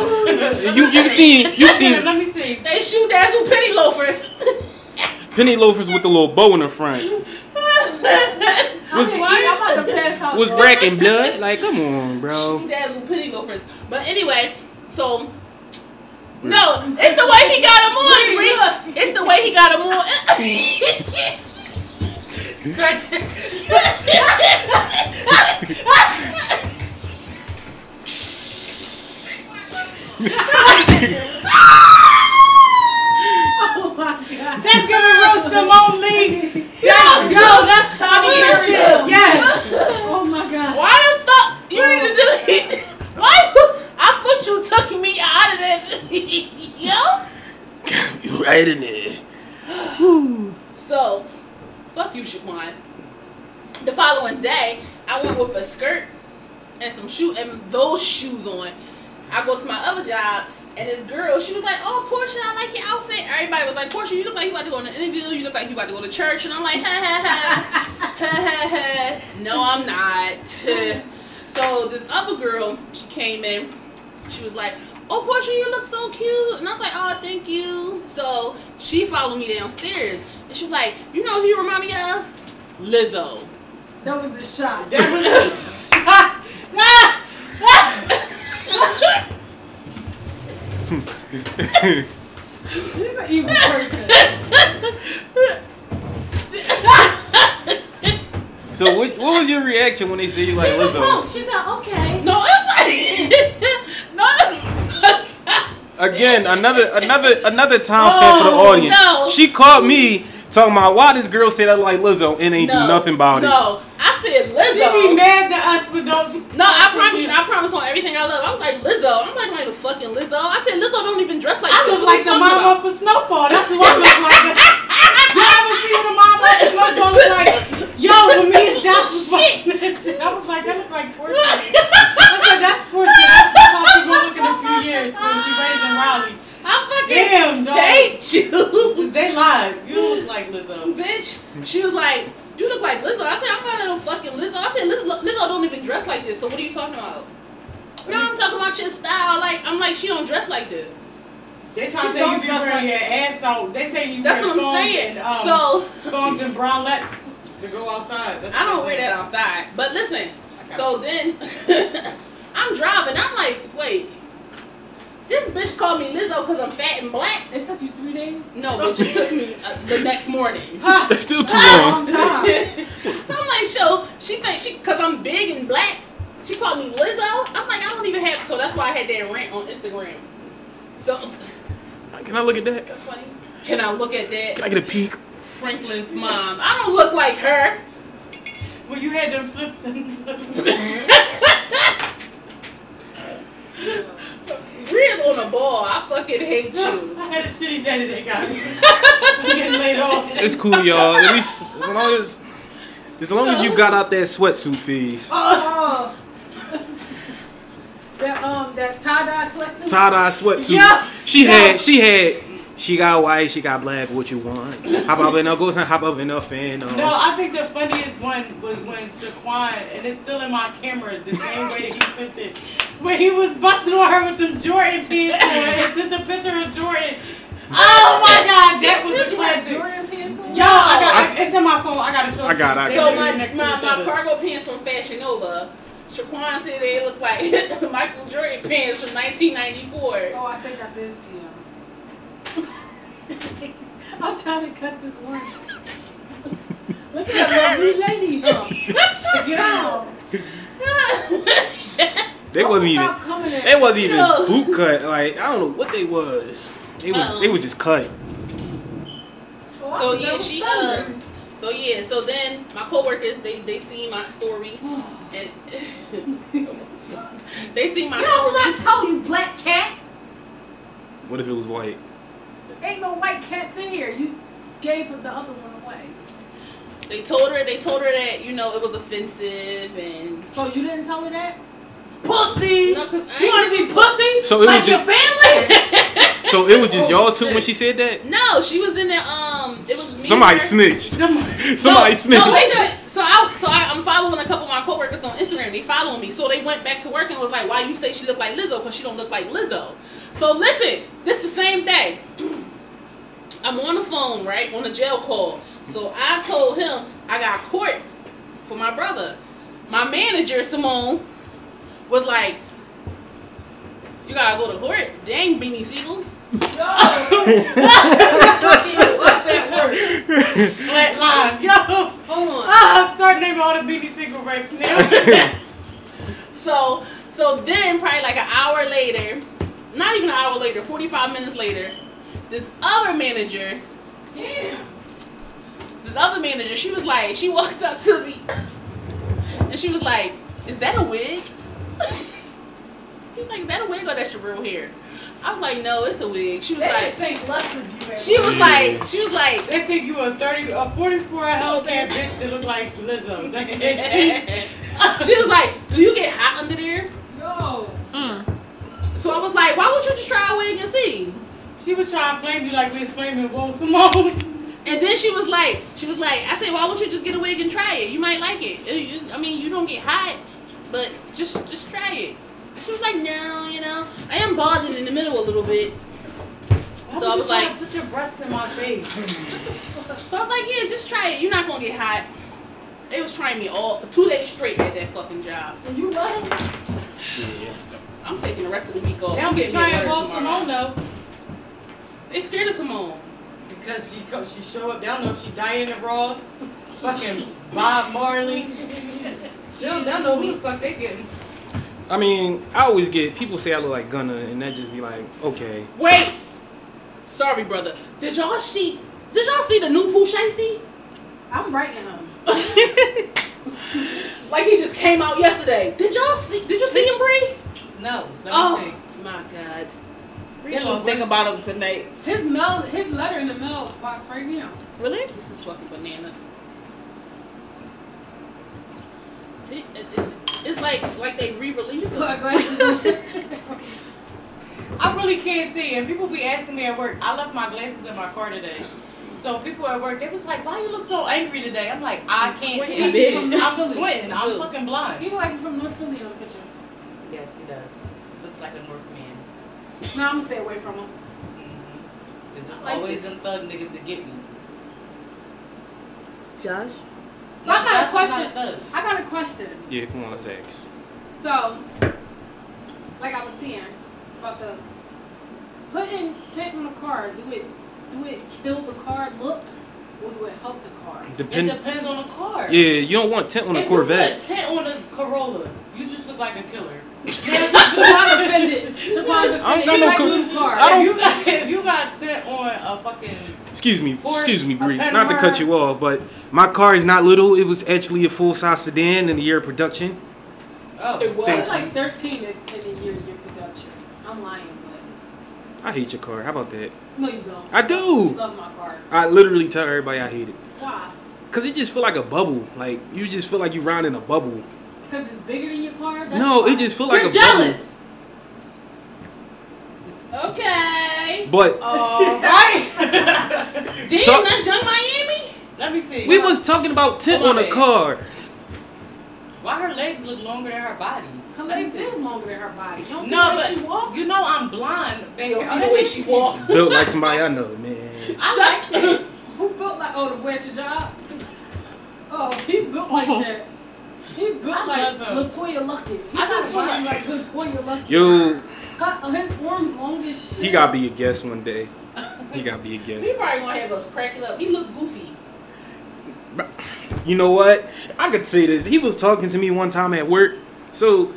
Speaker 3: You you seen you
Speaker 2: pants.
Speaker 3: seen
Speaker 2: Let me see.
Speaker 1: They shoe dazzle penny loafers.
Speaker 3: Penny loafers with the little bow in the front.
Speaker 4: I'm
Speaker 3: Was,
Speaker 4: about to pass out.
Speaker 3: was Brack and Blood? Like, come on,
Speaker 1: She
Speaker 3: bro.
Speaker 1: dazzle penny loafers. But anyway, so no, it's the way he got him on. Reed. It's the way he got him on.
Speaker 4: Oh my god.
Speaker 2: That's giving real Shalom Lee. Yo, yo, that's Tommy Harris. Yes.
Speaker 4: Oh my god.
Speaker 1: Why the fuck you need to delete? Why? you- I thought you took me out of that. Yo.
Speaker 3: Right in there.
Speaker 1: So, fuck you, Shaquan. The following day, I went with a skirt and some shoe and those shoes on. I go to my other job and this girl, she was like, "Oh, Portia, I like your outfit." Everybody was like, "Portia, you look like you about to go on an interview. You look like you about to go to church." And I'm like, "Ha ha ha, ha ha ha." No, I'm not. so this other girl, she came in. She was like, "Oh, Portia, you look so cute," and I'm like, "Oh, thank you." So she followed me downstairs, and she was like, "You know who you remind me of? Lizzo."
Speaker 4: That was a shot.
Speaker 2: That was
Speaker 4: She's an evil person.
Speaker 3: So what, what was your reaction when they said you like
Speaker 4: She's a punk.
Speaker 3: Lizzo?
Speaker 4: She's like, okay.
Speaker 1: No, it's like no. it's-
Speaker 3: Again, another another another time stamp for the
Speaker 2: Oh,
Speaker 3: audience.
Speaker 1: no.
Speaker 3: She called me talking about why this girl said I like Lizzo and ain't
Speaker 1: no,
Speaker 3: do nothing about it.
Speaker 1: No, I said
Speaker 2: she be
Speaker 1: Lizzo.
Speaker 2: mad at us for don't.
Speaker 1: No, I promise you. I promise on everything I love. I was like Lizzo. I'm like, I'm not even fucking Lizzo. I said Lizzo don't even dress like.
Speaker 2: I
Speaker 1: this.
Speaker 2: look
Speaker 1: What
Speaker 2: like
Speaker 1: you
Speaker 2: the
Speaker 1: talking
Speaker 2: mama
Speaker 1: about?
Speaker 2: for Snowfall. That's who I look like. Y'all ever see when the mama for Snowfall was like, yo, when me and Josh was watching that shit, I was like, that looks like Portia. I said, that's Portia. That's how she gonna look in a few years when she raised in Raleigh.
Speaker 1: I fucking
Speaker 2: Damn, dog.
Speaker 1: hate you,
Speaker 2: They lied. You look like Lizzo.
Speaker 1: bitch. She was like, you look like Lizzo. I said I'm not no fucking Lizzo. I said Lizzo, Lizzo don't even dress like this. So what are you talking about? No, I'm talking about your style. Like I'm like she don't dress like this.
Speaker 2: They trying to
Speaker 4: She
Speaker 2: say you
Speaker 4: don't
Speaker 2: be
Speaker 4: dress
Speaker 2: wearing your ass out. They say you
Speaker 1: That's
Speaker 2: wear
Speaker 1: what I'm
Speaker 2: thongs
Speaker 1: saying.
Speaker 2: And, um,
Speaker 1: so
Speaker 2: thongs and bralettes to go outside. That's
Speaker 1: I
Speaker 2: what
Speaker 1: don't
Speaker 2: they
Speaker 1: wear
Speaker 2: say.
Speaker 1: that outside. But listen, so then I'm driving. I'm like, wait, this bitch called me Lizzo because I'm fat and black.
Speaker 4: It took you three days.
Speaker 1: No, bitch, it took me uh, the next morning.
Speaker 3: That's still too
Speaker 4: Long
Speaker 3: long.
Speaker 4: time.
Speaker 1: so I'm like, so she thinks she because I'm big and black. She called me Lizzo. I'm like, I don't even have. So that's why I had that rant on Instagram. So
Speaker 3: Can I look at that?
Speaker 1: that's funny. Can I look at
Speaker 3: Can
Speaker 1: that?
Speaker 3: I get a peek?
Speaker 1: Franklin's mom. I don't look like her.
Speaker 2: Well, you had them flips and.
Speaker 1: Real on the ball. I fucking hate you.
Speaker 2: I had a shitty day today, guys. I'm getting laid off.
Speaker 3: It's cool, y'all. At least as long as as long as you got out that sweatsuit fees.
Speaker 4: Oh. that um that tie dye sweatsuit.
Speaker 3: tie dye sweatsuit. She had, she had, she got white, she got black. What you want? Hop up in her ghost and hop up in her fan. Um,
Speaker 2: No, I think the funniest one was when Shaquan, and it's still in my camera, the same way that he sent it, when he was busting on her with them Jordan pins on and sent the picture of Jordan. Oh my God, that was
Speaker 4: You had
Speaker 2: classic.
Speaker 4: Jordan pants on.
Speaker 2: Yo, I got
Speaker 3: I
Speaker 2: it's
Speaker 3: s-
Speaker 2: in my phone. I gotta show
Speaker 3: I
Speaker 2: it to
Speaker 3: got it,
Speaker 2: you.
Speaker 3: I
Speaker 2: They
Speaker 1: So
Speaker 3: got
Speaker 1: my
Speaker 2: literally next to
Speaker 1: my,
Speaker 2: each
Speaker 1: my
Speaker 2: other.
Speaker 1: cargo pants from Fashion Nova. Shaquan said they look like Michael Jordan pants from 1994.
Speaker 4: Oh, I think I did see him. I'm trying to cut this one. Look at that lovely lady. Huh? Get out. Oh,
Speaker 3: They wasn't even.
Speaker 4: Stop coming at
Speaker 3: They wasn't even
Speaker 1: No.
Speaker 3: boot cut. Like I don't know what they was. They was.
Speaker 1: Uh-uh.
Speaker 3: They was just cut.
Speaker 4: Oh,
Speaker 1: So yeah, she um. So yeah, so then my coworkers they they see my story and they see my
Speaker 4: You know what I
Speaker 1: story.
Speaker 4: told you, black cat?
Speaker 3: What if it was white?
Speaker 4: Ain't no white cats in here. You gave the other one away.
Speaker 1: They told her they told her that you know it was offensive and
Speaker 4: So you didn't tell her that? Pussy!
Speaker 1: No, 'cause I
Speaker 4: you want
Speaker 1: ain't
Speaker 4: to be pussy?
Speaker 3: So it
Speaker 4: like
Speaker 3: was
Speaker 4: your
Speaker 3: just-
Speaker 4: family?
Speaker 3: So it was just y'all two
Speaker 1: Oh,
Speaker 3: when
Speaker 1: shit.
Speaker 3: she said that.
Speaker 1: no, she was in the um. It was me,
Speaker 3: Somebody
Speaker 1: her-
Speaker 3: snitched.
Speaker 2: Somebody.
Speaker 3: Somebody
Speaker 1: no,
Speaker 3: snitched.
Speaker 1: No, they said, so I so I, I'm following a couple of my coworkers on Instagram. They following me, so they went back to work and was like, "Why you say she looked like Lizzo? Because she don't look like Lizzo." So listen, this the same day. I'm on the phone, right, on a jail call. So I told him I got court for my brother. My manager Simone was like, "You gotta go to court." Dang, Beanie Siegel.
Speaker 4: no!
Speaker 1: Black line.
Speaker 2: Yo.
Speaker 6: Hold on.
Speaker 2: Ah, I'm starting to name all the BD single raps now.
Speaker 1: So so then probably like an hour later, not even an hour later, 45 minutes later, this other manager,
Speaker 4: Yeah.
Speaker 1: this other manager, she was like, she walked up to me and she was like, Is that a wig? she was like, Is that a wig or that's your real hair? I was like, No, it's a wig. She was
Speaker 4: They just
Speaker 1: like
Speaker 4: think less of you.
Speaker 1: she was like she was like
Speaker 2: they think you a 30, a 44 old ass bitch that look like Lizzo. That's what they think.
Speaker 1: she was like, Do you get hot under there?
Speaker 4: No.
Speaker 6: Mm.
Speaker 1: So I was like, Why would you just try a wig and see?
Speaker 2: She was trying to flame you like this flaming Will Simone.
Speaker 1: And then she was like, she was like, I said, why don't you just get a wig and try it? You might like it. Uh, you- I mean, you don't get hot, but just just try it. And she was like, no, you know, I am balding in the middle a little bit.
Speaker 2: Why
Speaker 1: So
Speaker 2: would
Speaker 1: I
Speaker 2: you
Speaker 1: was
Speaker 2: try to
Speaker 1: like-
Speaker 2: put your breast in my face.
Speaker 1: So I was like, yeah, just try it. You're not gonna get hot. They was trying me all for two days straight at that fucking job.
Speaker 4: And you love him?
Speaker 1: I'm taking the rest of the week off.
Speaker 2: Now
Speaker 1: I'm
Speaker 2: be
Speaker 1: getting me a
Speaker 2: trying
Speaker 1: letter
Speaker 2: Will Simone
Speaker 1: tomorrow.
Speaker 2: though.
Speaker 1: They scared of Simone.
Speaker 2: Because she co- she show up. I don't know if she Diana Ross, fucking Bob Marley. She don't, I don't know who the fuck they getting.
Speaker 3: I mean, I always get people say I look like Gunna, and that just be like, okay.
Speaker 1: Wait. Sorry, brother. Did y'all see? Did y'all see the new Pooh Shiesty?
Speaker 4: I'm writing him.
Speaker 1: like he just came out yesterday. Did y'all see? Did you see him, Bree?
Speaker 2: No, let me
Speaker 1: Oh my God!
Speaker 2: They gonna
Speaker 1: think about him tonight.
Speaker 4: His mail, his letter in the mailbox right now.
Speaker 6: Really?
Speaker 1: This is fucking bananas. It- it- it- it's like like they re-released him.
Speaker 2: I really can't see. And people be asking me at work. I left my glasses in my car today. So people at work, they was like, "Why you look so angry today?" I'm like, "I can't
Speaker 4: squinting,
Speaker 2: see.
Speaker 1: bitch.
Speaker 2: I'm squinting. I'm
Speaker 1: Boo.
Speaker 2: fucking blind."
Speaker 4: He like he from North Philly on pictures.
Speaker 2: Yes, he does. Looks like a Northman.
Speaker 4: No, I'm gonna stay away from him.
Speaker 2: Cause it's
Speaker 4: I like
Speaker 2: Mm-hmm. always
Speaker 4: this.
Speaker 2: them thug niggas that get me.
Speaker 6: Josh?
Speaker 4: So I got a
Speaker 2: That's not
Speaker 4: question.
Speaker 2: thug.
Speaker 4: I got a question.
Speaker 3: Yeah, come on, let's ask.
Speaker 4: So, like I was saying about the putting tape on the car, do it do it kill the car look or do it help the car?
Speaker 2: It
Speaker 3: Depend.
Speaker 2: depends on the car.
Speaker 3: Yeah, you don't want tint on a
Speaker 2: If you put
Speaker 3: Corvette.
Speaker 2: tent on a Corolla. You just look like a killer. Siobhan offended. Siobhan's offended.
Speaker 3: I don't got no
Speaker 4: Like
Speaker 3: Cor-
Speaker 4: blue car.
Speaker 3: I don't-
Speaker 2: If you got, if you got tent on a fucking
Speaker 3: Excuse me,
Speaker 2: Porsche,
Speaker 3: excuse me,
Speaker 2: a
Speaker 3: Bree. Not to cut
Speaker 2: Panamera.
Speaker 3: you off, but my car is not little. It was actually a full size sedan in the year of production.
Speaker 2: oh,
Speaker 1: It was.
Speaker 4: I
Speaker 3: Thank
Speaker 4: was like 13 in, in the year of your production. I'm lying,
Speaker 3: I hate your car. How about that?
Speaker 4: but no, you don't.
Speaker 3: I do.
Speaker 4: love my car.
Speaker 3: I literally tell everybody I hate it.
Speaker 4: Why?
Speaker 3: Cause it just feel like a bubble. Like you just feel like you riding in a bubble.
Speaker 4: Because it's bigger than your car. That's
Speaker 3: No,
Speaker 4: why.
Speaker 3: it just feel like
Speaker 4: You're
Speaker 3: a
Speaker 4: jealous.
Speaker 1: Okay.
Speaker 3: But
Speaker 1: Oh.
Speaker 2: all right.
Speaker 1: Damn,
Speaker 3: Talk-
Speaker 1: that's Young Miami.
Speaker 2: Let me see.
Speaker 3: we was talking about tint on a car.
Speaker 2: Why her legs look longer than her body?
Speaker 4: Her legs is longer than her body. Don't see
Speaker 2: No,
Speaker 4: no,
Speaker 2: but
Speaker 4: she walk.
Speaker 2: you know I'm blind, baby.
Speaker 1: You don't see the way she walk.
Speaker 3: Built like somebody I know, man.
Speaker 1: Shut up.
Speaker 4: Who built like oh the way at your job? Oh, he built like that. He built
Speaker 2: I
Speaker 4: like
Speaker 2: love
Speaker 4: Latoya Luckett. He
Speaker 2: I just
Speaker 4: got
Speaker 2: wanna-
Speaker 4: body like Latoya Luckett.
Speaker 3: Yo,
Speaker 4: Her- his arms long as shit.
Speaker 3: he gotta be a guest one day. He gotta be a
Speaker 1: He
Speaker 3: guest.
Speaker 1: probably gonna have us cracking up. He look goofy.
Speaker 3: You know what? I could say this. He was talking to me one time at work. So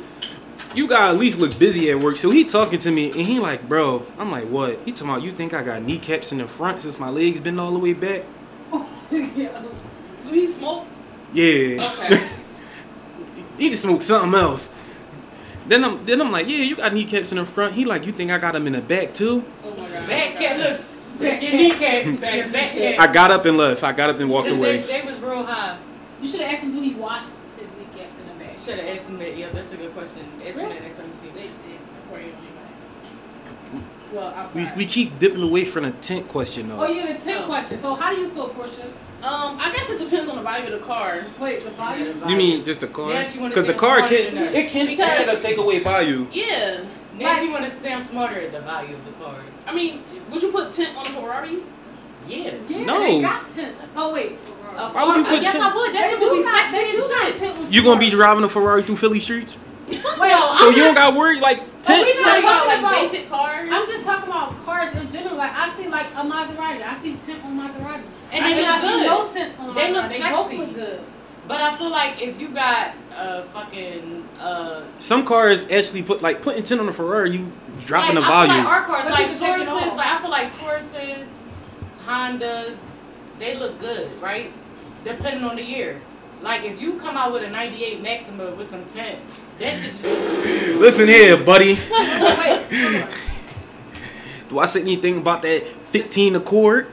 Speaker 3: you gotta at least look busy at work. So he talking to me and he like, bro, I'm like, what? He talking about you think I got kneecaps in the front since my legs been all the way back?
Speaker 1: Do he smoke?
Speaker 3: Yeah.
Speaker 1: Okay.
Speaker 3: he just smoked something else. Then I'm then I'm like, yeah, you got kneecaps in the front. He like, you think I got them in the back too?
Speaker 1: Oh my god.
Speaker 2: Back cat, look. Back your kneecaps. Back your back cat.
Speaker 3: I got up and left. I got up and walked
Speaker 2: They-
Speaker 3: away.
Speaker 2: They, they was real high.
Speaker 4: You should have asked him do he wash his kneecaps in the back.
Speaker 2: Should have asked him that. Yeah, that's a good question. Ask him that next time you see
Speaker 1: They
Speaker 2: him.
Speaker 1: did. Worry about it. Well, I'm
Speaker 3: We,
Speaker 1: sorry.
Speaker 3: we keep dipping away from the tent question though.
Speaker 4: Oh, yeah, the tip
Speaker 1: Oh.
Speaker 4: question. So how do you feel, Portia?
Speaker 1: Um, I guess it depends on the value of the car.
Speaker 4: Wait, the volume?
Speaker 3: You mean just the car?
Speaker 2: Yes, you wanna
Speaker 3: Because
Speaker 2: say
Speaker 3: the car
Speaker 2: it's
Speaker 3: can
Speaker 2: smarter than
Speaker 3: it can
Speaker 1: Because-
Speaker 3: add or take away value.
Speaker 1: Yeah.
Speaker 2: Now she want to sound smarter at the value of the car.
Speaker 1: I mean, would you put tent on a Ferrari?
Speaker 2: Yeah.
Speaker 4: Yeah,
Speaker 3: No.
Speaker 4: they got tent. Oh, wait. Ferrari.
Speaker 1: A
Speaker 3: Why would
Speaker 1: Ferrari-
Speaker 3: you put
Speaker 2: Yes,
Speaker 3: tent?
Speaker 2: I would.
Speaker 4: They
Speaker 2: That
Speaker 4: do
Speaker 2: should be
Speaker 4: got- they
Speaker 2: sexy
Speaker 4: do
Speaker 2: as
Speaker 4: got
Speaker 2: shit.
Speaker 4: tent with
Speaker 3: You gonna be
Speaker 4: Ferrari.
Speaker 3: driving a Ferrari through Philly streets?
Speaker 2: Oh,
Speaker 4: Well,
Speaker 3: So
Speaker 4: I'm
Speaker 3: you don't
Speaker 4: not-
Speaker 3: got worried like
Speaker 4: But we
Speaker 3: tent.
Speaker 1: So you
Speaker 4: not
Speaker 1: got
Speaker 4: talking
Speaker 1: like
Speaker 4: about
Speaker 1: basic cars.
Speaker 4: I'm just talking about cars in general. Like I see like a Maserati. I see tent on Maserati.
Speaker 2: And
Speaker 4: I
Speaker 2: they
Speaker 4: see,
Speaker 2: look
Speaker 4: I see
Speaker 2: good.
Speaker 4: no tent on
Speaker 2: They
Speaker 4: Maserati.
Speaker 2: look
Speaker 4: they
Speaker 2: sexy.
Speaker 4: both look good.
Speaker 2: But I feel like if you got a fucking uh,
Speaker 3: Some cars actually put like putting tent on a Ferrari, you dropping
Speaker 2: like,
Speaker 3: the
Speaker 2: I feel
Speaker 3: value.
Speaker 2: like our cars,
Speaker 4: But
Speaker 2: like
Speaker 4: you can take it
Speaker 2: Tauruses,
Speaker 4: off.
Speaker 2: like I feel like Tauruses, Hondas, they look good, right? Depending on the year. Like if you come out with a '98 Maxima with some tint, that should just
Speaker 3: Listen here, buddy.
Speaker 4: Wait,
Speaker 3: Do I say anything about that 15 Accord?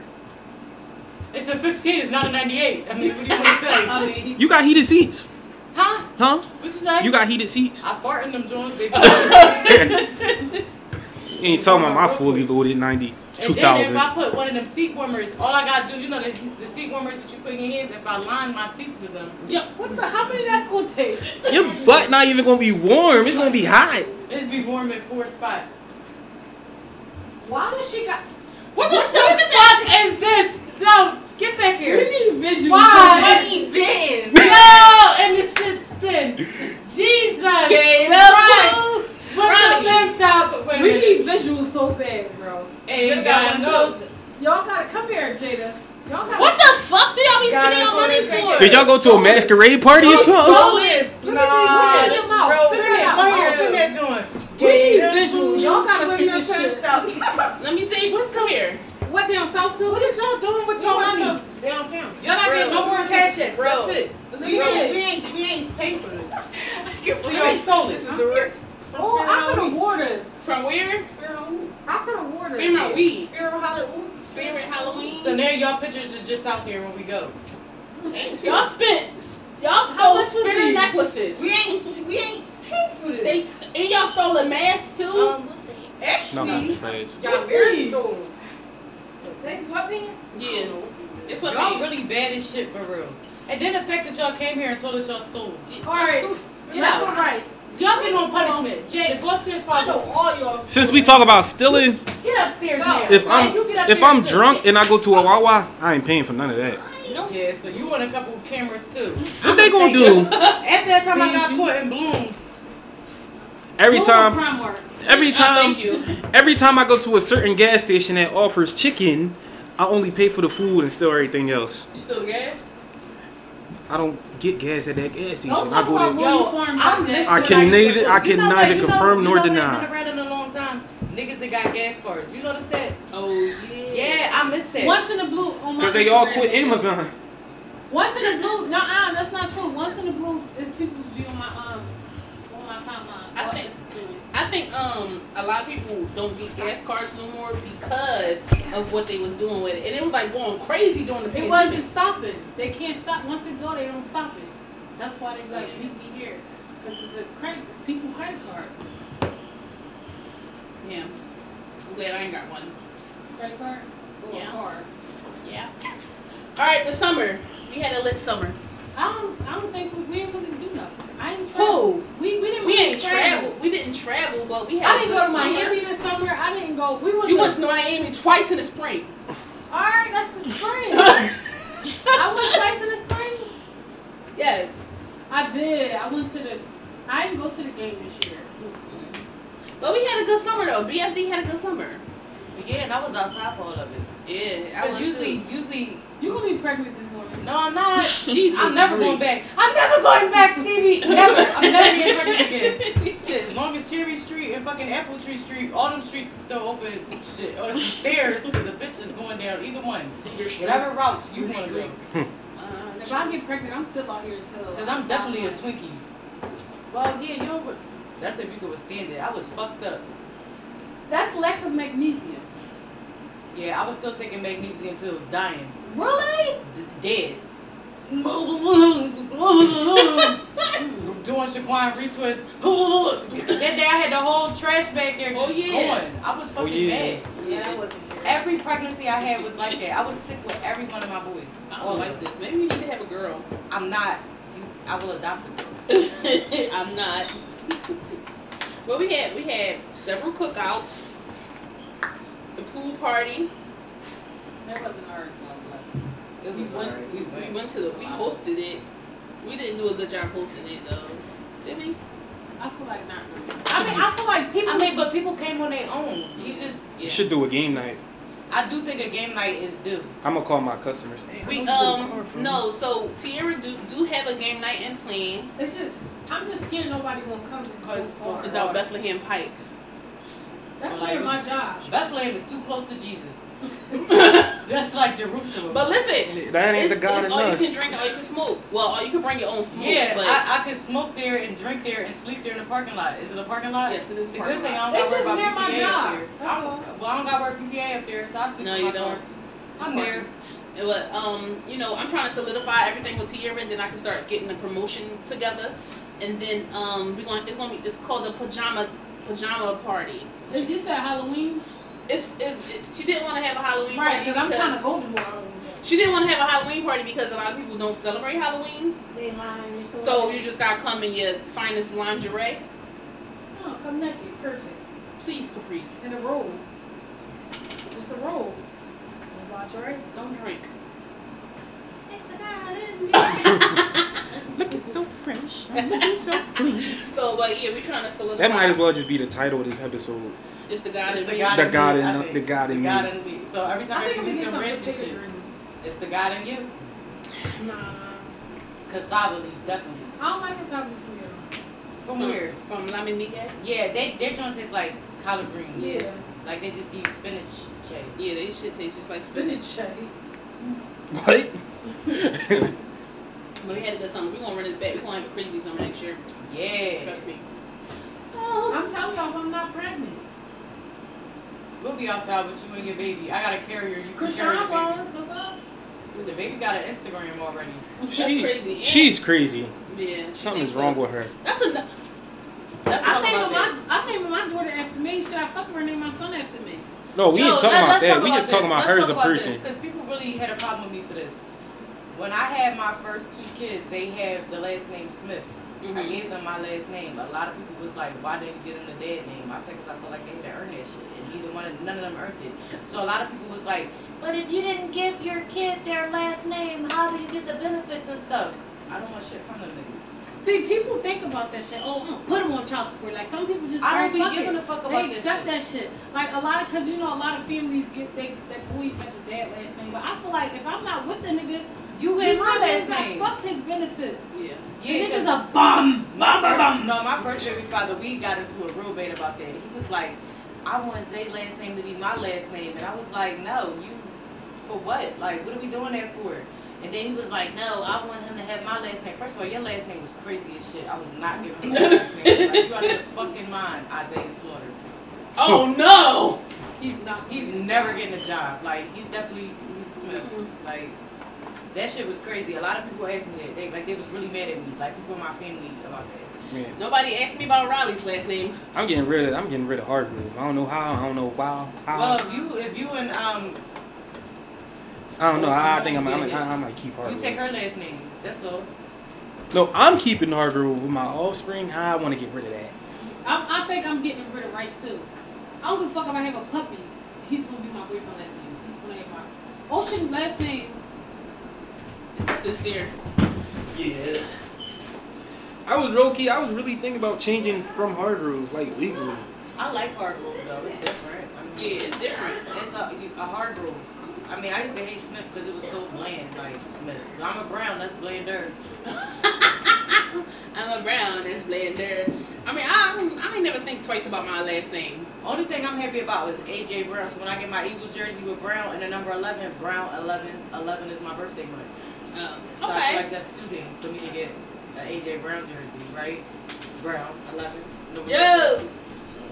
Speaker 2: it's a 15, it's not a '98. I mean, what do you want to
Speaker 4: I
Speaker 2: say?
Speaker 4: mean, he,
Speaker 3: You got heated seats,
Speaker 2: huh?
Speaker 3: huh?
Speaker 2: What you say?
Speaker 3: You got heated seats.
Speaker 2: I fart in them joints, baby.
Speaker 3: You ain't talking about my fully loaded 90
Speaker 2: And then if
Speaker 3: 2000.
Speaker 2: I put one of them seat warmers, all I gotta do, you know, the, the seat warmers that you put in your hands, if I line my seats with them,
Speaker 4: what the? How many that's gonna take?
Speaker 3: Your butt not even gonna be warm. It's gonna be hot.
Speaker 2: it'd be warm in four spots.
Speaker 4: Why does she got?
Speaker 2: What the, fuck is this? No, get back
Speaker 4: We
Speaker 2: here.
Speaker 4: need visuals.
Speaker 2: Why?
Speaker 4: So many bands.
Speaker 2: No, and this shit spin. Jesus.
Speaker 1: Get up,
Speaker 2: Christ.
Speaker 1: dudes.
Speaker 2: What the lift up? Wait a
Speaker 4: We
Speaker 2: minute.
Speaker 4: need visuals so bad, bro.
Speaker 2: Hey, you
Speaker 1: Jada
Speaker 2: gotta
Speaker 1: got
Speaker 2: know.
Speaker 4: Y'all gotta come here, Jada. Y'all gotta.
Speaker 1: What the fuck do y'all be
Speaker 2: Gotta
Speaker 1: spending
Speaker 2: go
Speaker 1: your money
Speaker 2: to take
Speaker 1: for?
Speaker 3: Did y'all go to a masquerade party or something?
Speaker 2: Look
Speaker 4: Nah,
Speaker 2: at
Speaker 4: this
Speaker 2: these.
Speaker 4: is real.
Speaker 2: Spin
Speaker 4: Spin it
Speaker 2: that
Speaker 4: out.
Speaker 2: fire.
Speaker 4: Spin
Speaker 2: that joint.
Speaker 4: We need visuals. Y'all gotta see this shit.
Speaker 1: Let me see. Come here.
Speaker 4: What down Southfield? What is y'all doing with
Speaker 2: Y'all
Speaker 4: your
Speaker 2: not
Speaker 4: money?
Speaker 2: getting- y'all not getting
Speaker 1: Bro.
Speaker 2: no more cash checks.
Speaker 1: Bro.
Speaker 2: That's it.
Speaker 1: This is
Speaker 2: We ain't,
Speaker 1: real.
Speaker 2: we ain't, we ain't paid for this.
Speaker 1: From
Speaker 2: We all stole it.
Speaker 1: This is the real.
Speaker 4: Oh, I could have wore this.
Speaker 1: From where?
Speaker 4: I could have wore this.
Speaker 1: Spirit weed.
Speaker 5: Halloween.
Speaker 1: Spirit Halloween.
Speaker 2: So now y'all pictures are just out there when we go.
Speaker 1: Y'all spent. Y'all
Speaker 4: How
Speaker 1: stole
Speaker 4: much was
Speaker 1: spirit
Speaker 4: these?
Speaker 1: necklaces.
Speaker 5: We ain't, we ain't paid for this.
Speaker 1: They st- and y'all stole a mask too.
Speaker 5: um, what's the name?
Speaker 3: No,
Speaker 5: Actually,
Speaker 3: that's fast.
Speaker 5: y'all very
Speaker 2: these?
Speaker 5: store.
Speaker 4: They sweatpants.
Speaker 1: yeah. It's what
Speaker 2: Y'all
Speaker 1: they-
Speaker 2: really bad as shit for real. And then the fact that y'all came here and told us y'all stole.
Speaker 4: All right.
Speaker 1: Get
Speaker 4: That's
Speaker 1: out.
Speaker 4: all right.
Speaker 2: Y'all been on punishment. Jada, go upstairs for
Speaker 5: I know all y'all.
Speaker 3: Since we talk about stealing,
Speaker 2: Get upstairs now.
Speaker 3: if
Speaker 2: Right?
Speaker 3: I'm
Speaker 2: You get up
Speaker 3: if
Speaker 2: there
Speaker 3: I'm
Speaker 2: and sit.
Speaker 3: drunk and I go to a Wawa, I ain't paying for none of that.
Speaker 2: Yeah, so you want a couple cameras too.
Speaker 3: What they gonna do?
Speaker 2: After that time I got
Speaker 4: Did you-
Speaker 2: caught in Bloom,
Speaker 3: Every
Speaker 4: Go
Speaker 3: time,
Speaker 4: on Primark.
Speaker 3: every
Speaker 1: Uh,
Speaker 3: time,
Speaker 1: thank you.
Speaker 3: every time I go to a certain gas station that offers chicken, I only pay for the food and steal everything else.
Speaker 1: You still gas?
Speaker 3: I don't get gas at that gas station.
Speaker 4: Don't
Speaker 3: I
Speaker 4: talk
Speaker 3: go
Speaker 4: about
Speaker 3: there.
Speaker 4: Royal
Speaker 2: Yo,
Speaker 4: Farms.
Speaker 2: I
Speaker 4: I miss
Speaker 2: miss
Speaker 3: I
Speaker 2: when
Speaker 3: can
Speaker 2: used to
Speaker 3: neither-
Speaker 2: cook.
Speaker 3: I
Speaker 2: You know
Speaker 3: can
Speaker 2: what?
Speaker 3: neither
Speaker 2: You know-
Speaker 3: confirm
Speaker 2: you
Speaker 3: nor
Speaker 2: know what?
Speaker 3: deny.
Speaker 2: Been around in a long time. Niggas that got gas cards. You notice that?
Speaker 1: Oh yeah.
Speaker 2: Yeah, I miss that.
Speaker 4: Once in the blue on my
Speaker 3: Cause they all
Speaker 4: Instagram,
Speaker 3: quit
Speaker 4: they-
Speaker 3: Amazon.
Speaker 4: Once in the blue, no, uh, that's not true. Once in the blue is people who be on my um on my timeline.
Speaker 1: I
Speaker 4: or
Speaker 1: think-
Speaker 4: Insta stories.
Speaker 1: I think um a lot of people don't get gas cards no more because of what they was doing with it, and it was like going crazy during the
Speaker 4: It
Speaker 1: pandemic.
Speaker 4: wasn't stopping. They can't stop. Once they go, they don't stop it. That's why they like meet me here because it's a credit. It's people credit cards.
Speaker 1: Yeah. I'm glad I ain't got one.
Speaker 4: Credit card. Or
Speaker 1: Yeah.
Speaker 4: Card.
Speaker 1: Yeah. All right, the summer. We had a lit summer.
Speaker 4: I don't. I don't think we, we didn't really do nothing. I ain't. travel.
Speaker 1: Who?
Speaker 4: We we didn't.
Speaker 1: We
Speaker 4: really
Speaker 1: ain't travel. We didn't travel, but we had.
Speaker 4: I
Speaker 1: a
Speaker 4: didn't
Speaker 1: good
Speaker 4: go to
Speaker 1: summer.
Speaker 4: Miami this summer. I didn't go. We went.
Speaker 1: You
Speaker 4: to,
Speaker 1: went to Miami twice in the spring.
Speaker 4: All right, that's the spring. I went twice in the spring.
Speaker 1: Yes.
Speaker 4: I did. I went to the. I didn't go to the game this year.
Speaker 1: But we had a good summer though. BFD had a good summer.
Speaker 2: Again, I was outside for all of it.
Speaker 1: Yeah, I was
Speaker 2: Because usually,
Speaker 1: usually.
Speaker 2: usually,
Speaker 4: You gonna be pregnant with this woman?
Speaker 2: no, I'm not.
Speaker 1: Jesus
Speaker 2: I'm never
Speaker 1: Greek.
Speaker 2: going back. I'm never going back, Stevie. Never. I'm never getting pregnant again. Shit, as long as Cherry Street and fucking Apple Tree Street, all them streets are still open. Shit, or some stairs, because the bitch is going down either one. Whatever routes you want to go.
Speaker 1: Uh,
Speaker 4: If I get pregnant, I'm still out here until.
Speaker 2: Because I'm definitely a Twinkie. Well, yeah, you over. That's if you could withstand it. I was fucked up.
Speaker 4: That's lack of magnesium.
Speaker 2: Yeah, I was still taking magnesium pills, dying.
Speaker 4: Really?
Speaker 2: d- dead. Doing Shaquan retwist. that day I had the whole trash bag there just
Speaker 1: Oh, yeah.
Speaker 2: going. I was fucking
Speaker 3: yeah.
Speaker 2: bad.
Speaker 4: I
Speaker 1: yeah,
Speaker 4: wasn't here.
Speaker 2: Every pregnancy I had was like that. I was sick with every one of my boys.
Speaker 1: I
Speaker 2: All
Speaker 1: don't
Speaker 2: like
Speaker 1: like this. Maybe we need to have a girl.
Speaker 2: I'm not. You, I will adopt a girl.
Speaker 1: I'm not. But we had we had several cookouts, the pool party.
Speaker 4: That wasn't ours. though,
Speaker 2: It
Speaker 4: We
Speaker 2: was
Speaker 4: went
Speaker 2: alright.
Speaker 4: to-
Speaker 2: We
Speaker 1: We
Speaker 2: went.
Speaker 1: went to the we hosted it. We didn't do a good job hosting it though, did we?
Speaker 2: Mm-hmm.
Speaker 4: but I feel like not really.
Speaker 2: I mean, I feel like people. I mean, but people came on their own. You just.
Speaker 1: Yeah.
Speaker 3: Should do a game night.
Speaker 2: I do think a game night is due.
Speaker 3: I'm gonna call my customers. Hey, I
Speaker 1: We
Speaker 3: don't get a card
Speaker 1: um
Speaker 3: from
Speaker 1: no. So Tierra do do have a game night in plan.
Speaker 4: It's just, I'm just scared nobody won't come because it's so far.
Speaker 1: It's out Bethlehem Pike.
Speaker 4: That's
Speaker 2: Like-
Speaker 4: like, my job.
Speaker 2: Bethlehem is too close to Jesus. That's like Jerusalem.
Speaker 1: But listen,
Speaker 3: you. That ain't
Speaker 1: it's,
Speaker 3: the God
Speaker 1: it's
Speaker 3: in
Speaker 1: all you can
Speaker 3: us.
Speaker 1: drink and all you can smoke. Well, all you can bring your own smoke.
Speaker 2: Yeah,
Speaker 1: but
Speaker 2: I, I could smoke there and drink there and sleep there in the parking lot. Is it a parking lot?
Speaker 1: yes, it is.
Speaker 2: It's
Speaker 1: a
Speaker 2: a
Speaker 1: parking
Speaker 2: good thing
Speaker 1: lot.
Speaker 2: I don't
Speaker 4: It's
Speaker 2: got
Speaker 4: just
Speaker 2: to worry
Speaker 4: near
Speaker 2: about
Speaker 4: my
Speaker 2: PPA
Speaker 4: job.
Speaker 2: up there.
Speaker 4: That's
Speaker 2: I don't- Well, I don't got to work PPA up there, so I sleep
Speaker 1: No,
Speaker 2: in
Speaker 1: you
Speaker 2: my car.
Speaker 1: don't.
Speaker 2: I'm there.
Speaker 1: But um, you know, I'm trying to solidify everything with Tierra, and then I can start getting the promotion together, and then um, we're going. to It's going to be. It's called the pajama pajama party.
Speaker 4: It's just that Halloween.
Speaker 1: It's, it's it, she didn't want to have a Halloween
Speaker 4: Right,
Speaker 1: party
Speaker 4: because I'm trying to
Speaker 1: because
Speaker 4: go to Halloween.
Speaker 1: she didn't want to have a Halloween party because a lot of people don't celebrate Halloween.
Speaker 5: They lying. they
Speaker 1: So
Speaker 5: told
Speaker 1: you
Speaker 5: me.
Speaker 1: just gotta come in your finest lingerie.
Speaker 4: No, Oh, come naked. Perfect.
Speaker 1: Please, Caprice,
Speaker 4: It's in a roll. Just a roll. That's why I tried.
Speaker 1: don't drink.
Speaker 5: it's the guy in
Speaker 6: Look, it's so fresh. Look, so clean.
Speaker 1: So, but yeah, we're trying to solidify.
Speaker 3: That might as well just be the title of this episode.
Speaker 1: It's the God
Speaker 2: It's
Speaker 1: in
Speaker 2: the
Speaker 1: me.
Speaker 2: God
Speaker 3: The
Speaker 2: in
Speaker 3: God
Speaker 2: me,
Speaker 3: in
Speaker 2: I
Speaker 3: the-
Speaker 2: think.
Speaker 3: the God in me.
Speaker 2: God in me. So every time I,
Speaker 4: I think
Speaker 2: give
Speaker 4: we
Speaker 2: you
Speaker 4: need
Speaker 2: some
Speaker 4: some
Speaker 2: rich
Speaker 4: particular
Speaker 2: shit,
Speaker 4: greens.
Speaker 2: it's the God in you.
Speaker 4: Nah.
Speaker 2: Cassavoli, definitely.
Speaker 4: I don't like this happening for
Speaker 2: From
Speaker 1: From
Speaker 2: where?
Speaker 1: From La Minique.
Speaker 2: Yeah, they their joints taste like collard greens.
Speaker 4: you. Yeah.
Speaker 2: Like they just give you spinach shape.
Speaker 1: Yeah, they should taste just like
Speaker 4: Spinach
Speaker 1: spinach.
Speaker 4: shake.
Speaker 3: What?
Speaker 1: But we had a good summer. We're gonna run this back. We're gonna have a crazy summer next year.
Speaker 2: Yeah.
Speaker 1: Trust me.
Speaker 5: Oh,
Speaker 4: I'm telling y'all, if I'm not pregnant.
Speaker 2: We'll be outside with you and your baby. I got a carrier. You can carry
Speaker 4: Krishan
Speaker 2: the baby.
Speaker 4: was the fuck.
Speaker 2: The baby got an Instagram already.
Speaker 1: That's
Speaker 3: She-
Speaker 1: crazy. And-
Speaker 3: She's crazy.
Speaker 1: yeah. she
Speaker 3: Something's
Speaker 1: thinks
Speaker 3: wrong
Speaker 1: so.
Speaker 3: with her.
Speaker 1: That's enough.
Speaker 2: Let's
Speaker 4: I
Speaker 2: talk
Speaker 4: think
Speaker 2: about
Speaker 4: of my
Speaker 2: that.
Speaker 4: I think of my daughter after me. Should I fuck her and name my son after me?
Speaker 3: No, we
Speaker 2: No,
Speaker 3: ain't talking
Speaker 2: let-
Speaker 3: about
Speaker 2: let's
Speaker 3: that.
Speaker 2: talk
Speaker 3: we just
Speaker 2: this.
Speaker 3: talking about
Speaker 2: Let's
Speaker 3: her as
Speaker 2: talk
Speaker 3: a
Speaker 2: about
Speaker 3: person.
Speaker 2: Because people really had a problem with me for this. When I had my first two kids, they have the last name Smith. I
Speaker 3: Mm-hmm.
Speaker 1: Mhm.
Speaker 2: gave them my last name. A lot of people was like, why didn't you get them the dad name? I said, because I felt like they had to earn that shit. And neither one, of, none of them earned it. So a lot of people was like, but if you didn't give your kid their last name, how do you get the benefits and stuff? I don't want shit from them niggas.
Speaker 4: See, people think about that shit. Oh, I'm gonna put him on child support. Like some people just
Speaker 2: Hmm. I
Speaker 4: oh,
Speaker 2: don't
Speaker 4: fuck
Speaker 2: be
Speaker 4: it.
Speaker 2: giving a fuck about
Speaker 4: They
Speaker 2: this shit.
Speaker 4: accept that shit. Like a lot of, cause you know, a lot of families get they that boys got the dad last name. But I feel like if I'm not with the nigga,
Speaker 2: You
Speaker 4: he's
Speaker 2: get my
Speaker 4: not
Speaker 2: last
Speaker 4: like,
Speaker 2: name.
Speaker 4: Fuck his benefits.
Speaker 1: Yeah.
Speaker 2: Yeah,
Speaker 4: the nigga's
Speaker 2: 'cause
Speaker 4: a bum. Bum bum bum.
Speaker 2: No, my first baby father, we got into a real debate about that. He was like, I want Zay's last name to be my last name. And I was like, no, you, for what? Like, what are we doing that for? And then he was like, no, I want him to have my last name. First of all, your last name was crazy as shit. I was not giving him my last name. Like, you out of your fucking mind, Isaiah Slaughter.
Speaker 1: Oh no!
Speaker 4: He's not.
Speaker 2: He's never getting a job. Like, he's definitely, he's a Smith. Like, that shit was crazy. A lot of people asked me that. They, like, they was really mad at me. Like, people in my family about that.
Speaker 3: Man,
Speaker 1: Nobody asked me about Raleigh's last name.
Speaker 3: I'm getting rid of. I'm getting rid of hard groove. I don't know how. I don't know why. How.
Speaker 2: Well, if you if you and um
Speaker 3: I don't know. I, I
Speaker 2: you
Speaker 3: think I'm. I'm,
Speaker 2: get it.
Speaker 3: I, I might keep hard
Speaker 2: you
Speaker 3: groove.
Speaker 2: take her last name, that's all.
Speaker 3: No, I'm keeping hard groove with my offspring. I want to get rid of that.
Speaker 4: I'm, I think I'm getting rid of right too. I don't give a fuck if I have a puppy. He's gonna be my boyfriend last name. He's gonna have my Ocean last name.
Speaker 1: This is sincere.
Speaker 3: Yeah. I was low key. I was really thinking about changing from hard groove, like legally.
Speaker 2: I like hard roll though. It's different. I mean,
Speaker 1: Yeah, it's different.
Speaker 2: It's a, a hard roll. I mean, I used to hate Smith because it was so bland, like Smith. I'm a Brown, that's blander.
Speaker 1: I'm a brown. That's blander. I mean, I I ain't never think twice about my last name.
Speaker 2: Only thing I'm happy about is AJ Brown. So when I get my Eagles jersey with Brown and the number 11, Brown 11, 11 is my birthday month.
Speaker 1: Uh,
Speaker 2: So I feel
Speaker 1: okay.
Speaker 2: like that's suiting for me to get an AJ Brown jersey, right? Brown 11. November.
Speaker 1: Yo,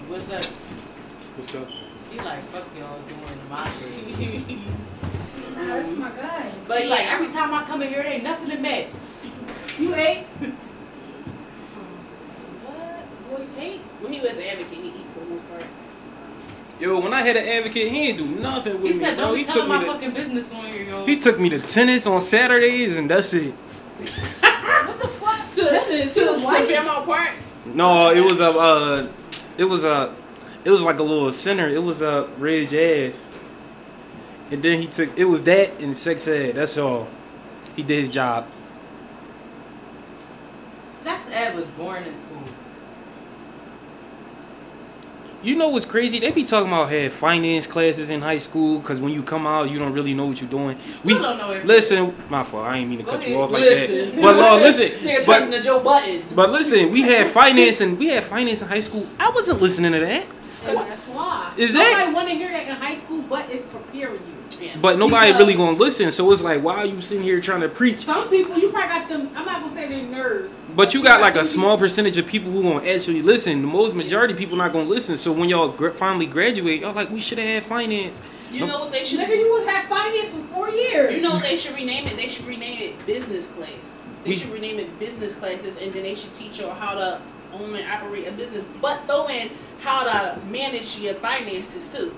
Speaker 2: What's up?
Speaker 3: What's up?
Speaker 2: He like, fuck y'all doing my shit.
Speaker 5: that's my guy.
Speaker 2: But
Speaker 1: but
Speaker 2: he
Speaker 1: yeah,
Speaker 2: like, every time I come in here, it ain't nothing to match. You ain't.
Speaker 4: What? Boy, you hate?
Speaker 1: when he was an advocate, he equal most part.
Speaker 3: Yo, when I had an advocate, he ain't do nothing with
Speaker 2: He
Speaker 3: me,
Speaker 2: said,
Speaker 3: bro.
Speaker 2: don't
Speaker 3: He
Speaker 2: be
Speaker 3: took
Speaker 2: telling
Speaker 3: me
Speaker 2: my
Speaker 3: to
Speaker 2: fucking business on here, yo.
Speaker 3: he took me to tennis on Saturdays, and that's it.
Speaker 4: What the fuck?
Speaker 1: To
Speaker 4: Tennis,
Speaker 1: to,
Speaker 4: he was
Speaker 1: to
Speaker 4: white.
Speaker 1: Fairmount Park.
Speaker 3: No, it was a, uh, it was a, it was like a little center. It was a Ridge Ave, and then he took it was that and sex ed. That's all. He did his job.
Speaker 2: Sex ed was born in school.
Speaker 3: You know what's crazy? They be talking about had finance classes in high school because when you come out, you don't really know what you're doing.
Speaker 2: Still don't know everything.
Speaker 3: listen. My fault. I ain't mean to
Speaker 2: Go
Speaker 3: cut you
Speaker 2: ahead.
Speaker 3: off like
Speaker 1: Listen.
Speaker 3: that. But no,
Speaker 1: Nigga
Speaker 3: listen.
Speaker 1: turned
Speaker 3: but,
Speaker 1: to Joe Button.
Speaker 3: but listen, we had finance and we had finance in high school. I wasn't listening to that.
Speaker 4: And that's why.
Speaker 3: Is
Speaker 4: Nobody
Speaker 3: that-
Speaker 4: want to hear that in high school, but it's preparing you.
Speaker 1: Yeah.
Speaker 3: But nobody really
Speaker 4: Because-
Speaker 3: gonna listen. So it's like, why are you sitting here trying to preach?
Speaker 4: Some people, you probably got them. I'm not gonna say they're nerds.
Speaker 3: But you got like a small percentage of people who gonna actually listen. The most majority of people not gonna listen. So when y'all gra- finally graduate, y'all like we should have had finance.
Speaker 1: You know what they should
Speaker 4: Nigga, you was had five years for four years.
Speaker 1: You know what they should rename it? They should rename it business class. They
Speaker 3: We-
Speaker 1: should rename it business classes, and then they should teach you how to own and operate a business, but throw in how to manage your finances too.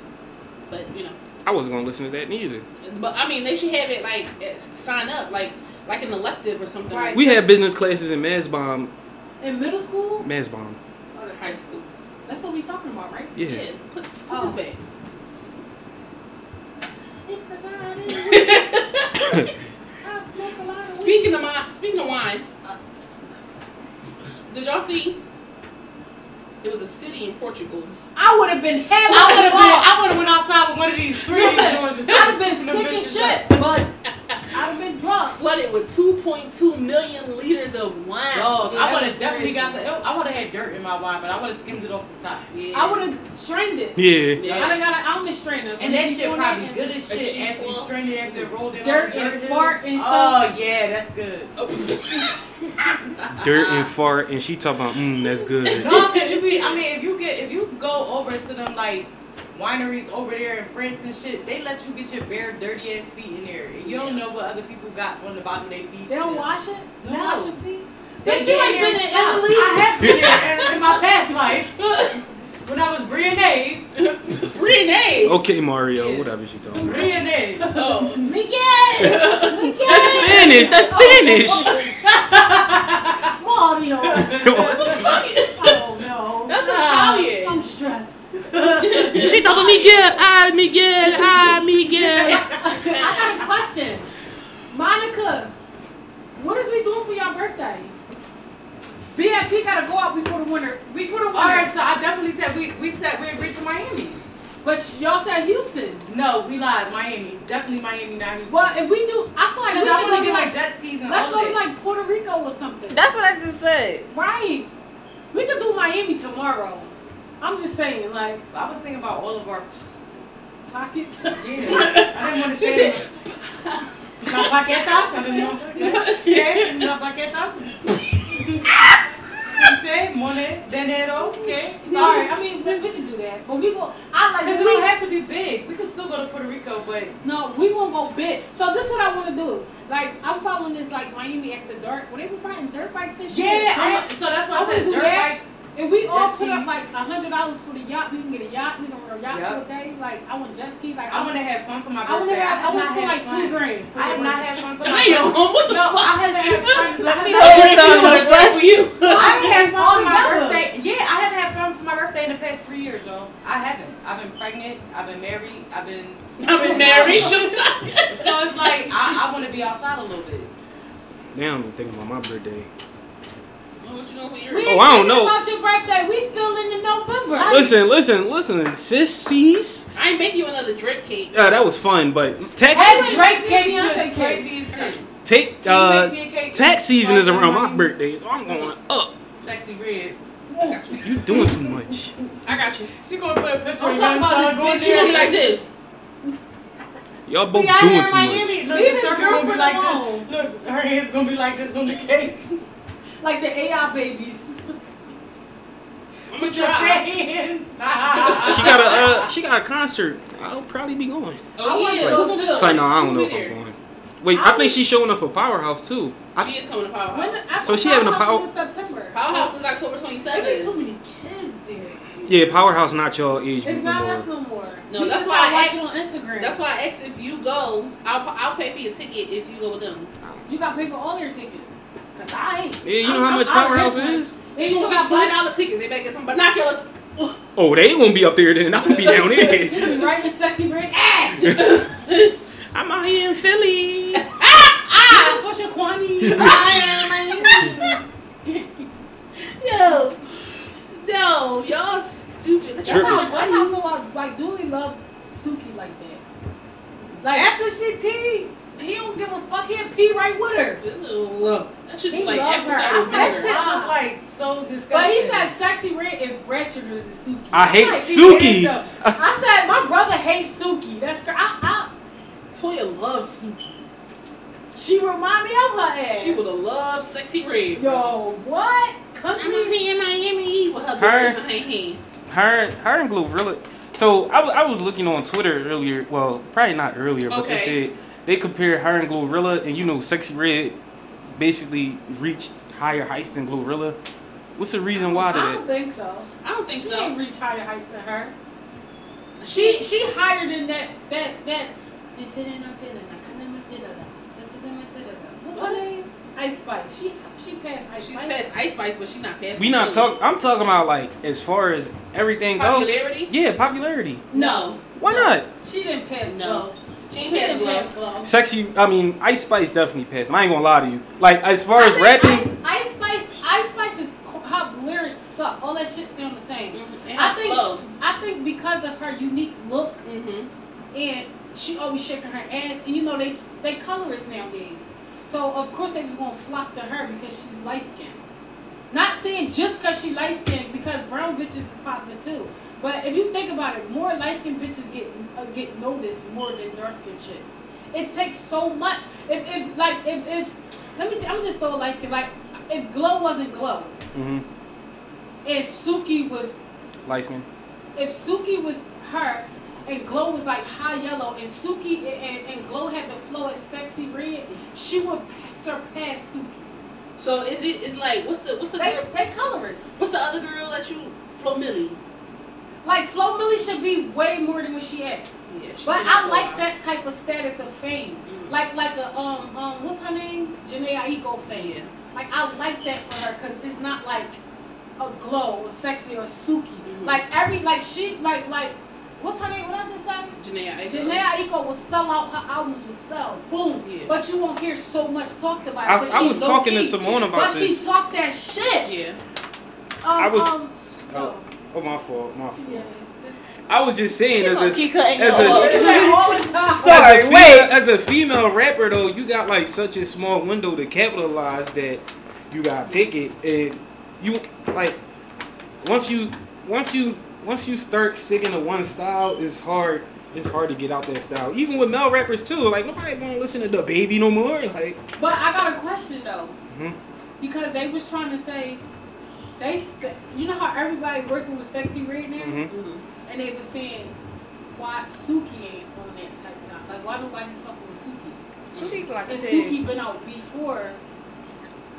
Speaker 1: But you know,
Speaker 3: I wasn't gonna listen to that neither.
Speaker 1: but I mean, they should have it like eh, sign up, like like an elective or something.
Speaker 4: Right.
Speaker 3: We had business classes in Mass Bomb.
Speaker 4: in middle school.
Speaker 3: Mass Bomb.
Speaker 4: Oh, that's
Speaker 1: High
Speaker 4: high
Speaker 1: school.
Speaker 4: school. That's what we talking about, right?
Speaker 1: Yeah.
Speaker 3: Yeah.
Speaker 1: Put, put
Speaker 4: Oh.
Speaker 1: this back.
Speaker 5: It's the guy that
Speaker 4: I smoke a lot of weed.
Speaker 1: Speaking of my, speaking of wine, did y'all see? It was a city in Portugal.
Speaker 4: I would have been happy.
Speaker 2: I would have been. I would have went outside with one of these three doors
Speaker 4: Listen,
Speaker 2: and
Speaker 4: I'd have
Speaker 2: started
Speaker 4: been
Speaker 2: scooping
Speaker 4: sick
Speaker 2: them bitches
Speaker 4: as shit, but I'd have been drunk.
Speaker 1: flooded with 2.2 million liters of wine.
Speaker 2: up. Dogs. I
Speaker 4: Yeah,
Speaker 2: would
Speaker 4: that
Speaker 2: have
Speaker 4: was
Speaker 2: definitely got some.
Speaker 4: crazy.
Speaker 2: I would have had dirt in my wine, but I would have skimmed it off the top.
Speaker 1: Yeah.
Speaker 4: I would have strained it.
Speaker 3: Yeah.
Speaker 1: Yeah.
Speaker 4: I'd have got an almond strainer.
Speaker 2: And that shit probably good as
Speaker 1: A
Speaker 2: shit
Speaker 1: cheese
Speaker 2: after you
Speaker 1: ball.
Speaker 2: strained it after it rolled in.
Speaker 4: Dirt
Speaker 2: all the
Speaker 4: and
Speaker 2: dirt.
Speaker 4: fart and
Speaker 2: Oh
Speaker 4: stuff.
Speaker 2: yeah, that's good. Uh-huh.
Speaker 3: Dirt and fart, and she talking about, mm, that's good.
Speaker 2: No, cause you be. I mean, if you get, if you go over to them like wineries over there in France and shit, they let you get your bare dirty ass feet in there. And you don't know what other people got on the bottom of their feet.
Speaker 4: They don't wash it. They
Speaker 2: No.
Speaker 4: don't wash your feet.
Speaker 2: They
Speaker 4: Bitch, you
Speaker 2: get
Speaker 4: ain't
Speaker 2: in there
Speaker 4: been in
Speaker 2: and stuff.
Speaker 4: Italy.
Speaker 2: I have been there in, in my past life when I was Briannaise.
Speaker 1: Renee.
Speaker 3: Okay, Mario, whatever she talking about.
Speaker 2: Briannaise.
Speaker 1: Oh.
Speaker 4: Miguel.
Speaker 3: That's Spanish. That's
Speaker 2: Oh,
Speaker 3: Spanish.
Speaker 4: Mario. Oh no.
Speaker 1: That's Italian.
Speaker 4: I'm stressed.
Speaker 3: she talking Miguel, ah Miguel, ah Miguel.
Speaker 4: I got a question. Monica, what is we doing for your birthday? BFD gotta go out before the winter. Before the winter.
Speaker 2: All right, so I definitely said we we said we agreed to Miami.
Speaker 4: But y'all said Houston.
Speaker 2: No, we lied. Miami, definitely Miami, not Houston.
Speaker 4: Well, if we do, I feel like
Speaker 2: Because
Speaker 4: we
Speaker 2: I want
Speaker 4: should
Speaker 2: to
Speaker 4: go to
Speaker 2: get
Speaker 4: like,
Speaker 2: like jet skis and
Speaker 4: let's
Speaker 2: all
Speaker 4: go
Speaker 2: that.
Speaker 4: to like Puerto Rico or something.
Speaker 6: That's what I just said.
Speaker 4: right. We could do Miami tomorrow. I'm just saying, like
Speaker 2: I was thinking about all of our
Speaker 4: pockets.
Speaker 2: Yeah. I didn't want to
Speaker 1: She
Speaker 2: say it. La paquetas, I didn't know. Okay, la paquetas. Sense, money, dinero, okay.
Speaker 4: Sorry,
Speaker 2: Sorry.
Speaker 4: I mean we, we can do that, but we go. I like
Speaker 2: Because it
Speaker 4: we-
Speaker 2: don't have to be big. We could still go to Puerto Rico, but
Speaker 4: No, we won't go big. So this is what I want to do. Like I'm following this like Miami after dark. When they was riding dirt bikes and shit.
Speaker 2: yeah,
Speaker 4: right?
Speaker 2: I'm, so that's why
Speaker 4: I
Speaker 2: I
Speaker 4: would
Speaker 2: said
Speaker 4: do
Speaker 2: dirt
Speaker 4: that.
Speaker 2: bikes.
Speaker 4: If we all
Speaker 2: Jet
Speaker 4: put
Speaker 2: skis.
Speaker 4: up like a hundred dollars for the yacht, we can get a yacht. We can rent a yacht
Speaker 2: Yep.
Speaker 4: for a day. Like I want jet ski. Like
Speaker 2: I want to have fun for my
Speaker 4: I want to
Speaker 2: birthday.
Speaker 4: have. I
Speaker 2: have
Speaker 4: want to
Speaker 2: not
Speaker 4: spend
Speaker 2: had
Speaker 4: like
Speaker 2: fun.
Speaker 4: two grand. for
Speaker 2: I
Speaker 4: your
Speaker 2: have not
Speaker 4: birthday.
Speaker 2: had fun for my birthday.
Speaker 1: Damn, what the
Speaker 2: No,
Speaker 1: fuck?
Speaker 2: I haven't had fun. Let
Speaker 1: How
Speaker 2: me tell you
Speaker 1: is
Speaker 2: something.
Speaker 1: that gonna work for you?
Speaker 2: I haven't had fun for my
Speaker 4: Altogether.
Speaker 2: birthday. Yeah, I haven't had fun for my birthday in the past three years, y'all. I haven't. I've been pregnant. I've been married. I've been.
Speaker 1: I've been married.
Speaker 2: So it's like I, I want to be outside a little bit.
Speaker 3: Now I'm thinking about my birthday.
Speaker 1: What you doing for your
Speaker 4: We
Speaker 3: Oh,
Speaker 4: ain't
Speaker 3: I don't know.
Speaker 4: About your birthday, we still in the November.
Speaker 3: Listen, listen, listen, sissies.
Speaker 1: I ain't make you another drip cake.
Speaker 3: Uh, that was fun, but tax
Speaker 2: That Drake cake
Speaker 4: Beyonce
Speaker 2: was
Speaker 4: cake.
Speaker 2: crazy as shit.
Speaker 3: take
Speaker 2: Can you
Speaker 3: uh
Speaker 2: make me a cake?
Speaker 3: tax season is
Speaker 2: Like,
Speaker 3: around my
Speaker 2: um,
Speaker 3: birthday, so I'm going up.
Speaker 2: Sexy red.
Speaker 3: You doing too much.
Speaker 1: I got you.
Speaker 2: She gonna put a picture
Speaker 4: I'm
Speaker 2: of
Speaker 4: talking
Speaker 2: young
Speaker 4: about
Speaker 2: thug
Speaker 4: this
Speaker 2: on
Speaker 4: bitch
Speaker 1: She
Speaker 2: there.
Speaker 1: gonna be like this.
Speaker 3: Y'all both
Speaker 2: See, out
Speaker 3: doing
Speaker 2: here in
Speaker 3: too
Speaker 2: Miami,
Speaker 3: much.
Speaker 2: Look,
Speaker 4: Leave
Speaker 2: the
Speaker 4: his
Speaker 2: circle gonna be
Speaker 4: girlfriend
Speaker 2: like
Speaker 4: alone.
Speaker 2: this. Look, her hands gonna be like this on the cake.
Speaker 4: Like the AI babies.
Speaker 1: I'm
Speaker 2: With
Speaker 1: gonna
Speaker 2: your
Speaker 1: try.
Speaker 2: hands.
Speaker 3: She got a uh, she got a concert. I'll probably be going.
Speaker 1: Oh,
Speaker 4: I
Speaker 1: yeah,
Speaker 4: wanna
Speaker 1: go
Speaker 4: go
Speaker 1: to
Speaker 4: too.
Speaker 1: the-
Speaker 3: It's like no, I don't know
Speaker 1: we
Speaker 3: if I'm
Speaker 1: there.
Speaker 3: going. Wait, I think she's showing up for Powerhouse too. I,
Speaker 1: She is coming to Powerhouse.
Speaker 4: When the,
Speaker 3: So she having a pow-
Speaker 4: Powerhouse is in September.
Speaker 1: Powerhouse is October
Speaker 4: There be
Speaker 1: 27th.
Speaker 4: too many kids there.
Speaker 3: yeah, Powerhouse not y'all age
Speaker 4: It's
Speaker 3: group
Speaker 4: not
Speaker 3: no
Speaker 4: us
Speaker 3: more.
Speaker 4: no more.
Speaker 1: No,
Speaker 4: We
Speaker 1: that's
Speaker 4: just
Speaker 1: why I
Speaker 4: gotta watch
Speaker 1: asked-
Speaker 4: you on Instagram.
Speaker 1: That's why I asked if you go, I'll I'll pay for your ticket if you go with them.
Speaker 4: you got to pay for all their tickets. Cause I ain't.
Speaker 3: Yeah, you know
Speaker 4: I'm-
Speaker 3: how
Speaker 4: I'm
Speaker 3: much
Speaker 4: out of
Speaker 3: Powerhouse
Speaker 4: this one.
Speaker 3: is?
Speaker 4: And
Speaker 1: You
Speaker 4: you
Speaker 1: still got
Speaker 4: black-
Speaker 1: twenty dollar tickets. They better get some binoculars.
Speaker 3: Oh, they won't be up there then. I'll be down there.
Speaker 4: You be right in sexy red ass. You
Speaker 3: I'm out here in Philly.
Speaker 4: can push a Kwani.
Speaker 1: Yo, no, y'all stupid. That's
Speaker 3: True.
Speaker 4: That's
Speaker 1: how-
Speaker 4: how that's how I feel like, like Dooley loves Suki like that. Like
Speaker 2: After she peed,
Speaker 4: he don't give a fuck. He'll pee right with her.
Speaker 1: Ew. That should be
Speaker 4: He
Speaker 1: like
Speaker 4: love
Speaker 1: apple
Speaker 4: her.
Speaker 1: cider
Speaker 2: that
Speaker 4: I-
Speaker 1: vinegar.
Speaker 4: Sure.
Speaker 2: shit looked like so disgusting.
Speaker 4: But he said sexy red is ratcheter than Suki.
Speaker 3: I hate
Speaker 2: Like, these
Speaker 3: Suki.
Speaker 2: hands though.
Speaker 4: I said my brother hates Suki. That's cr- I, I
Speaker 1: Toya loves Suki.
Speaker 4: She remind me of her ass.
Speaker 1: She would have loved sexy red.
Speaker 4: Yo, what
Speaker 1: I'm
Speaker 4: country?
Speaker 1: gonna be in Miami with her
Speaker 3: Her-
Speaker 1: bitches behind him.
Speaker 3: Her, her and Glorilla. So I wa- I was looking on Twitter earlier. Well, probably not earlier, but they
Speaker 1: Okay.
Speaker 3: said they compared her and Glorilla, and you know, Sexy Red basically reached higher heights than Glorilla. What's the reason why to
Speaker 4: I
Speaker 3: that?
Speaker 4: don't think so.
Speaker 1: I don't think
Speaker 4: She
Speaker 1: so.
Speaker 4: didn't reach higher heights than her. She she higher than that that that. You sit in a villa, na kana matila da, da da da matila da. What's her
Speaker 1: What?
Speaker 4: name? Ice Spice. She she passed Ice
Speaker 1: She's
Speaker 4: Spice.
Speaker 1: past Ice Spice, but she's not past.
Speaker 3: We not
Speaker 1: Glorilla.
Speaker 3: talk. I'm talking about like as far as everything goes.
Speaker 1: popularity.
Speaker 3: Yeah, popularity.
Speaker 1: No,
Speaker 3: Why not?
Speaker 4: She didn't pass
Speaker 1: No.
Speaker 4: no.
Speaker 1: she
Speaker 4: She
Speaker 1: ain't past
Speaker 4: didn't
Speaker 1: Glorilla.
Speaker 4: pass glow.
Speaker 3: Sexy. I mean, Ice Spice definitely passed. I ain't gonna lie to you. Like as far as
Speaker 4: I think
Speaker 3: rapping,
Speaker 4: Ice, Ice Spice, Ice Spice's co- her lyrics suck. All that shit sound the same.
Speaker 1: Mhm. And
Speaker 4: I
Speaker 1: her
Speaker 4: think
Speaker 1: flow.
Speaker 4: she, I think because of her unique look
Speaker 1: Mhm.
Speaker 4: and she always shaking her ass. And you know they they colorist nowadays, so of course they was gonna flock to her because she's light skinned. Not saying just because she light skinned, because brown bitches is popping too. But if you think about it, more light skinned bitches get uh, get noticed more than dark skinned chicks. It takes so much. If if like if if let me see, I'm just throwing light skin. Like if glow wasn't glow,
Speaker 3: hmm
Speaker 4: and Suki was
Speaker 3: light skin.
Speaker 4: if Suki was her and Glow was like high yellow and Suki and, and, and Glow had the flow as sexy red, she would surpass Suki.
Speaker 1: So is it? It's like what's the what's the
Speaker 4: They,
Speaker 1: girl,
Speaker 4: they colorist.
Speaker 1: what's the other girl that you Flo Millie?
Speaker 4: Like Flo Millie should be way more than what she is.
Speaker 1: Yeah, she
Speaker 4: But
Speaker 1: been
Speaker 4: I
Speaker 1: for a
Speaker 4: like
Speaker 1: while.
Speaker 4: that type of status of fame.
Speaker 1: Mhm.
Speaker 4: Like like a um um what's her name? Janae Aiko fame.
Speaker 1: Yeah.
Speaker 4: Like I like that for her because it's not like a glow or sexy or Suki.
Speaker 1: Mhm.
Speaker 4: Like every like she like like what's her name? What I just say?
Speaker 1: Janae Aiko.
Speaker 4: Janae Aiko will sell out. Her albums will sell. Boom.
Speaker 1: Yeah.
Speaker 4: But you won't hear so much talked about
Speaker 3: I,
Speaker 4: it. 'cause
Speaker 3: I
Speaker 4: she
Speaker 3: was talking to
Speaker 4: low-key.
Speaker 3: Simone
Speaker 4: But
Speaker 3: about
Speaker 4: she
Speaker 3: this.
Speaker 4: talked that shit.
Speaker 1: Yeah.
Speaker 4: Um,
Speaker 3: I was-
Speaker 4: Um,
Speaker 3: Oh,
Speaker 4: oh.
Speaker 3: oh, my fault, my fault.
Speaker 4: Yeah.
Speaker 3: I was just saying as a
Speaker 6: keep cutting
Speaker 3: as
Speaker 6: you
Speaker 3: a-
Speaker 6: off.
Speaker 4: This- like, all the time.
Speaker 3: as a
Speaker 6: Sorry,
Speaker 3: female,
Speaker 6: wait.
Speaker 3: As a female rapper though, you got like such a small window to capitalize that you gotta take it and you like once you once you once you start sticking to one style, it's hard it's hard to get out that style. Even with male rappers too, like nobody gonna listen to the baby no more. Like
Speaker 4: But I got a question though,
Speaker 3: Mhm.
Speaker 4: because they was trying to say they, you know how everybody working with sexy red now,
Speaker 3: Mhm.
Speaker 1: Mhm.
Speaker 4: and they was saying why Suki ain't on that type of time. Like why nobody fucking with Suki?
Speaker 6: She be like I
Speaker 4: And
Speaker 6: said,
Speaker 4: Suki been out before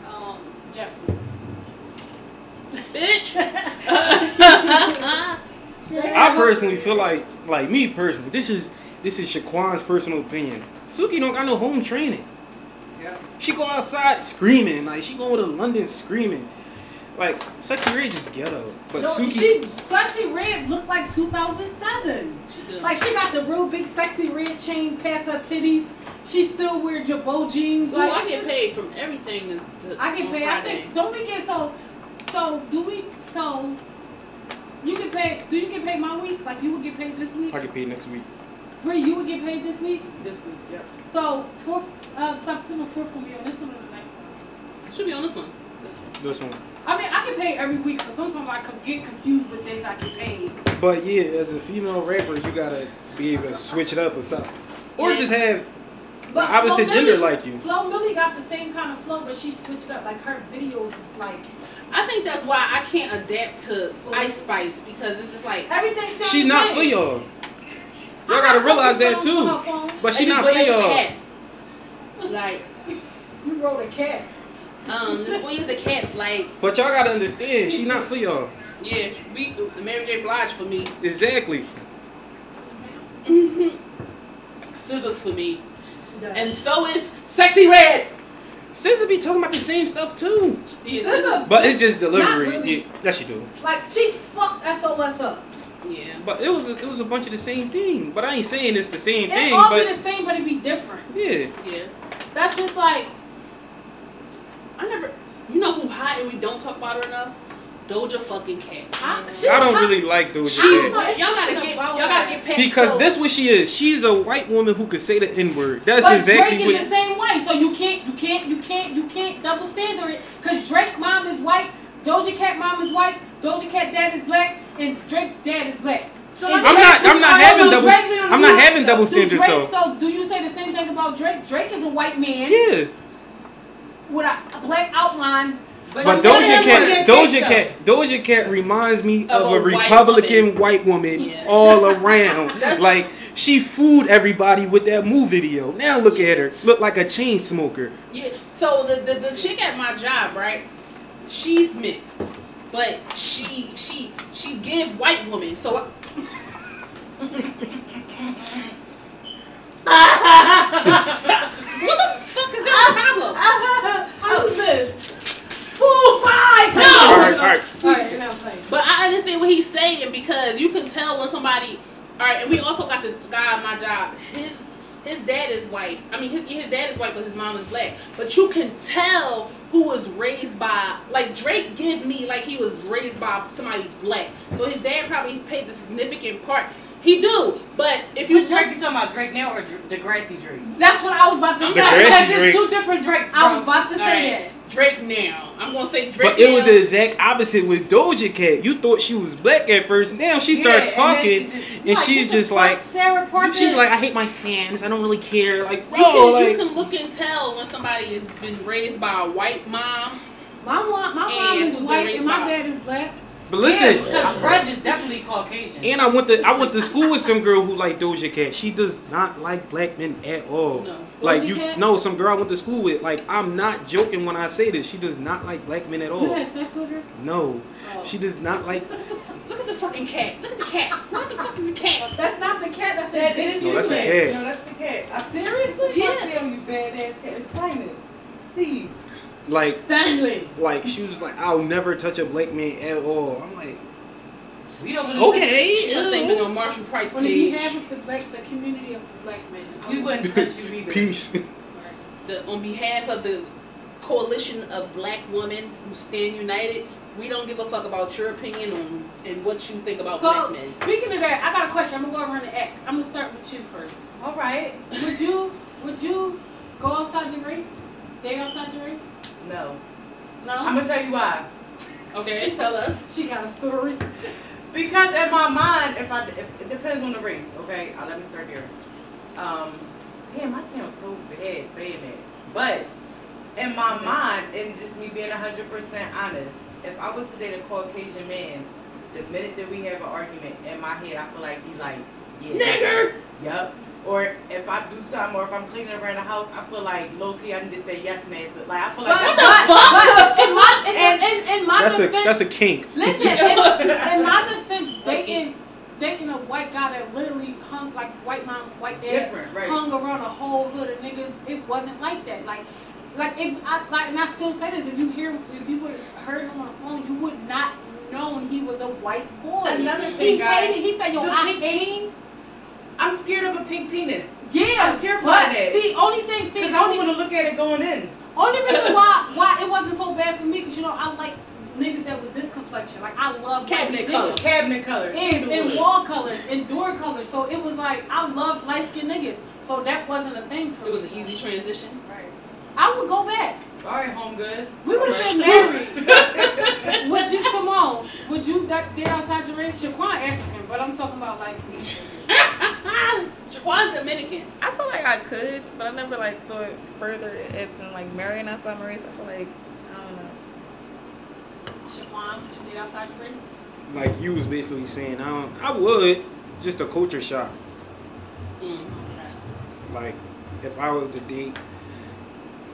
Speaker 4: um, Jeffrey.
Speaker 1: Bitch.
Speaker 3: I personally feel like like me personally, this is this is Shaquan's personal opinion. Suki don't got no home training.
Speaker 1: Yeah.
Speaker 3: She go outside screaming, like she going to London screaming. Like, sexy red is ghetto. But
Speaker 4: No,
Speaker 3: Suki,
Speaker 4: she sexy red looked like 2007.
Speaker 1: She do.
Speaker 4: Like she got the real big sexy red chain past her titties. She still wear Jabot jeans.
Speaker 1: Ooh,
Speaker 4: Like
Speaker 1: I
Speaker 4: it's
Speaker 1: get
Speaker 4: just-
Speaker 1: paid from everything. This, th-
Speaker 4: I get
Speaker 1: on
Speaker 4: paid. I
Speaker 1: Friday.
Speaker 4: think don't we get so so do we so you get paid do you get paid my week? Like you would get paid this week?
Speaker 3: I get paid next week.
Speaker 4: Bree, you would get paid this week?
Speaker 1: this week. Yep.
Speaker 4: So fourth uh September fourth will be on this one or the next one.
Speaker 1: Should be on this one.
Speaker 3: This one.
Speaker 4: I mean I get paid every week, so sometimes I could get confused with days I get paid.
Speaker 3: But yeah, as a female rapper, you gotta be able to switch it up or something. Or
Speaker 4: Yeah.
Speaker 3: just have
Speaker 4: But
Speaker 3: the opposite
Speaker 4: Flo
Speaker 3: gender
Speaker 4: Milli-
Speaker 3: like you.
Speaker 4: Flo Millie got the same kind of flow, but she switched it up. Like her videos is like
Speaker 1: I think that's why I can't adapt to
Speaker 4: Full.
Speaker 1: Ice Spice because it's just like.
Speaker 4: everything. sounds
Speaker 3: She's not
Speaker 4: great.
Speaker 3: for y'all. Y'all
Speaker 4: I got
Speaker 3: gotta realize
Speaker 4: couple
Speaker 3: that
Speaker 4: songs on
Speaker 3: too.
Speaker 4: her phone.
Speaker 3: But she
Speaker 1: I just
Speaker 3: not for
Speaker 1: wave a
Speaker 3: y'all.
Speaker 1: cat. Like,
Speaker 4: You wrote a cat.
Speaker 1: um, this boy is a cat. Like,
Speaker 3: But y'all gotta understand, she not for y'all.
Speaker 1: yeah, be Mary J. Blige for me. Mm-hmm.
Speaker 3: Exactly.
Speaker 1: Scissors for me.
Speaker 4: Yeah.
Speaker 1: And so is Sexy Red.
Speaker 3: Scissor be talking about the same stuff too.
Speaker 1: Yeah,
Speaker 4: SZA,
Speaker 3: But it's just delivery.
Speaker 4: Not really.
Speaker 3: Yeah, that she do.
Speaker 4: like she fucked SOS up.
Speaker 1: Yeah.
Speaker 3: But it was a, it was a bunch of the same thing. But I ain't saying it's the same
Speaker 4: It
Speaker 3: thing.
Speaker 4: all
Speaker 3: But
Speaker 4: be the same, but it be different.
Speaker 3: yeah,
Speaker 1: Yeah.
Speaker 4: That's just like
Speaker 1: I never. You know who hot and we don't talk about her enough? Doja fucking Cat.
Speaker 4: I, she
Speaker 3: I don't
Speaker 4: I-
Speaker 3: really like those.
Speaker 1: She,
Speaker 4: I don't
Speaker 3: shit.
Speaker 4: know,
Speaker 1: y'all
Speaker 4: it's
Speaker 1: gotta
Speaker 4: something
Speaker 1: get,
Speaker 4: about
Speaker 1: y'all gotta
Speaker 4: her.
Speaker 1: get past.
Speaker 3: Because
Speaker 1: so-
Speaker 3: that's what she is. She's a white woman who could say the N word. That's
Speaker 4: but
Speaker 3: exactly
Speaker 4: Drake is
Speaker 3: what.
Speaker 4: the same way, so you can't, you can't, you can't, you can't double standard it. Cause Drake mom is white, Doja Cat mom is white, Doja Cat dad is black, and Drake dad is black. So
Speaker 2: I'm
Speaker 3: I'm not. I'm not having double. I'm not having double standards
Speaker 4: Drake,
Speaker 3: though.
Speaker 4: So do you say the same thing about Drake? Drake is a white man
Speaker 3: Yeah,
Speaker 4: with a black outline.
Speaker 3: but
Speaker 1: some of
Speaker 3: Doja
Speaker 1: them are-
Speaker 2: get
Speaker 3: Cat, Doja
Speaker 2: picked up.
Speaker 3: Cat, Doja Cat reminds me of, a,
Speaker 1: a white
Speaker 3: Republican
Speaker 1: woman.
Speaker 3: white woman
Speaker 1: Yeah.
Speaker 3: all around.
Speaker 1: That's-
Speaker 3: like she fooled everybody with that move video. Now look at her, look like a chain smoker.
Speaker 1: Yeah. So the, the the chick at my job, right? She's mixed, but she she she give white woman. So. I- what the fuck is your problem?
Speaker 4: How's this?
Speaker 2: Who five?
Speaker 3: All
Speaker 1: No.
Speaker 3: right, all right.
Speaker 4: All right, now play.
Speaker 1: But I understand what he's saying because you can tell when somebody. All right, and we also got this guy at my job. His his dad is white. I mean, his, his dad is white, but his mom is black. But you can tell who was raised by like Drake. Give me like he was raised by somebody black. So his dad probably played the significant part. He do, but if you
Speaker 2: Which Drake you talking about? Drake now or Dr- the grassy Drake?
Speaker 4: That's what I was about to
Speaker 3: The
Speaker 4: say.
Speaker 3: Grassy Drake.
Speaker 2: there's two different Drakes.
Speaker 4: I was
Speaker 2: bro.
Speaker 4: about to
Speaker 1: All
Speaker 4: say
Speaker 1: right, Drake now, I'm gonna say Drake.
Speaker 3: But it was
Speaker 1: now.
Speaker 3: the exact opposite with Doja Cat. You thought she was black at first. Now she
Speaker 2: Yeah, and
Speaker 3: started
Speaker 2: then
Speaker 3: talking,
Speaker 2: she's just-
Speaker 3: and,
Speaker 4: that.
Speaker 3: she's
Speaker 4: what the
Speaker 3: just
Speaker 4: fuck,
Speaker 3: like,
Speaker 4: Sarah Parker.
Speaker 3: she's like, I hate my fans. I don't really care. Like,
Speaker 1: You can,
Speaker 3: bro,
Speaker 1: you
Speaker 3: oh, like.
Speaker 1: can look and tell when somebody has been raised by a white mom.
Speaker 4: my mom, my mom
Speaker 1: And
Speaker 4: is
Speaker 1: who's
Speaker 4: white
Speaker 1: raised
Speaker 4: and my
Speaker 1: by-
Speaker 4: dad is black.
Speaker 3: But listen,
Speaker 2: because Grudge is definitely Caucasian.
Speaker 3: and I went to I went to school with some girl who liked Doja Cat. She does not like black men at all.
Speaker 1: No.
Speaker 3: Like
Speaker 4: Doja
Speaker 3: you,
Speaker 4: Cat?
Speaker 3: no, some girl I went to school with. Like I'm not joking when I say this. She does not like black men at
Speaker 4: You
Speaker 3: all.
Speaker 4: had sex with her?
Speaker 3: No,
Speaker 4: Oh.
Speaker 3: she does not like.
Speaker 1: Look at the fucking cat. Look at the cat. Look at the fucking cat.
Speaker 4: That's not the cat. That's
Speaker 2: That
Speaker 4: the
Speaker 2: is
Speaker 3: No, that's a
Speaker 2: cat.
Speaker 3: cat.
Speaker 2: No, that's the cat. I said,
Speaker 4: Seriously?
Speaker 2: I tell you, badass cat. Sign it. Steve.
Speaker 3: Like
Speaker 4: Stanley.
Speaker 3: like she was like I'll never touch a black man at all. I'm like
Speaker 2: We don't believe
Speaker 1: She was
Speaker 3: okay,
Speaker 1: thinking
Speaker 3: ew.
Speaker 1: on Marshall Price
Speaker 4: What do you
Speaker 1: page.
Speaker 4: have with the black, the community of the black men?
Speaker 2: We wouldn't touch you either.
Speaker 3: peace.
Speaker 1: The, on behalf of the coalition of black women who stand united, we don't give a fuck about your opinion on, and what you think about black
Speaker 4: So
Speaker 1: men.
Speaker 4: speaking of that, I got a question. I'm gonna go around the X. I'm gonna start with you first.
Speaker 2: All right.
Speaker 4: Would you would you go outside your race? Date outside your race?
Speaker 2: No.
Speaker 4: No.
Speaker 2: I'm gonna tell you why.
Speaker 1: Okay, tell us.
Speaker 4: she got a story.
Speaker 2: Because in my mind, if I if, it depends on the race. Okay, uh, let me start there. Um, damn, I sound so bad saying that, but in my mind, and just me being hundred percent honest, if I was to date a Caucasian man, the minute that we have an argument in my head, I feel like he like yeah, nigger. Yup. Or if I do something, or if I'm cleaning around the house, I feel like low key I need to say yes, man. So, like I feel like
Speaker 4: But-
Speaker 1: the
Speaker 4: but-
Speaker 1: fuck?
Speaker 4: but in my in, in, in my
Speaker 3: That's a
Speaker 4: defense,
Speaker 3: that's a kink.
Speaker 4: listen. In, in my defense, dating dating a white guy that literally hung like white mom, white dad
Speaker 2: different, right?
Speaker 4: hung around a whole hood of niggas. It wasn't like that. Like Like if I like, and I still say this: if you hear, if you would have heard him on the phone, you would not known he was a white boy.
Speaker 2: Another thing,
Speaker 4: he
Speaker 2: guys,
Speaker 4: hated. He said, "Yo,
Speaker 2: the
Speaker 4: I
Speaker 2: pink
Speaker 4: hate."
Speaker 2: peen, I'm scared of a pink penis.
Speaker 4: Yeah,
Speaker 2: I'm terrified
Speaker 4: but
Speaker 2: of that.
Speaker 4: see, only thing, see,
Speaker 2: Because I don't
Speaker 4: only,
Speaker 2: want to look at it going in.
Speaker 4: only reason why why it wasn't so bad for me, because you know I like niggas that was this complexion. Like I love
Speaker 1: Cabinet color.
Speaker 2: Cabinet color.
Speaker 4: and, and wall colors and door colors. So it was like I love light skinned niggas. So that wasn't a thing for
Speaker 1: It was
Speaker 4: me.
Speaker 1: an easy transition.
Speaker 4: Right. I would go back.
Speaker 2: All right, home goods.
Speaker 4: We would have been married. would you come on? Would you that get outside your race? Shaquan African, but I'm talking about like
Speaker 1: Shaquan's Dominican.
Speaker 6: I feel like I could, but I never like thought further as in like marrying outside my race. I feel like I don't know.
Speaker 4: Shaquan. Would you get outside your race?
Speaker 3: Like you was basically saying, I don't, I would just a culture shock.
Speaker 1: Mm.
Speaker 3: Like if I was to date,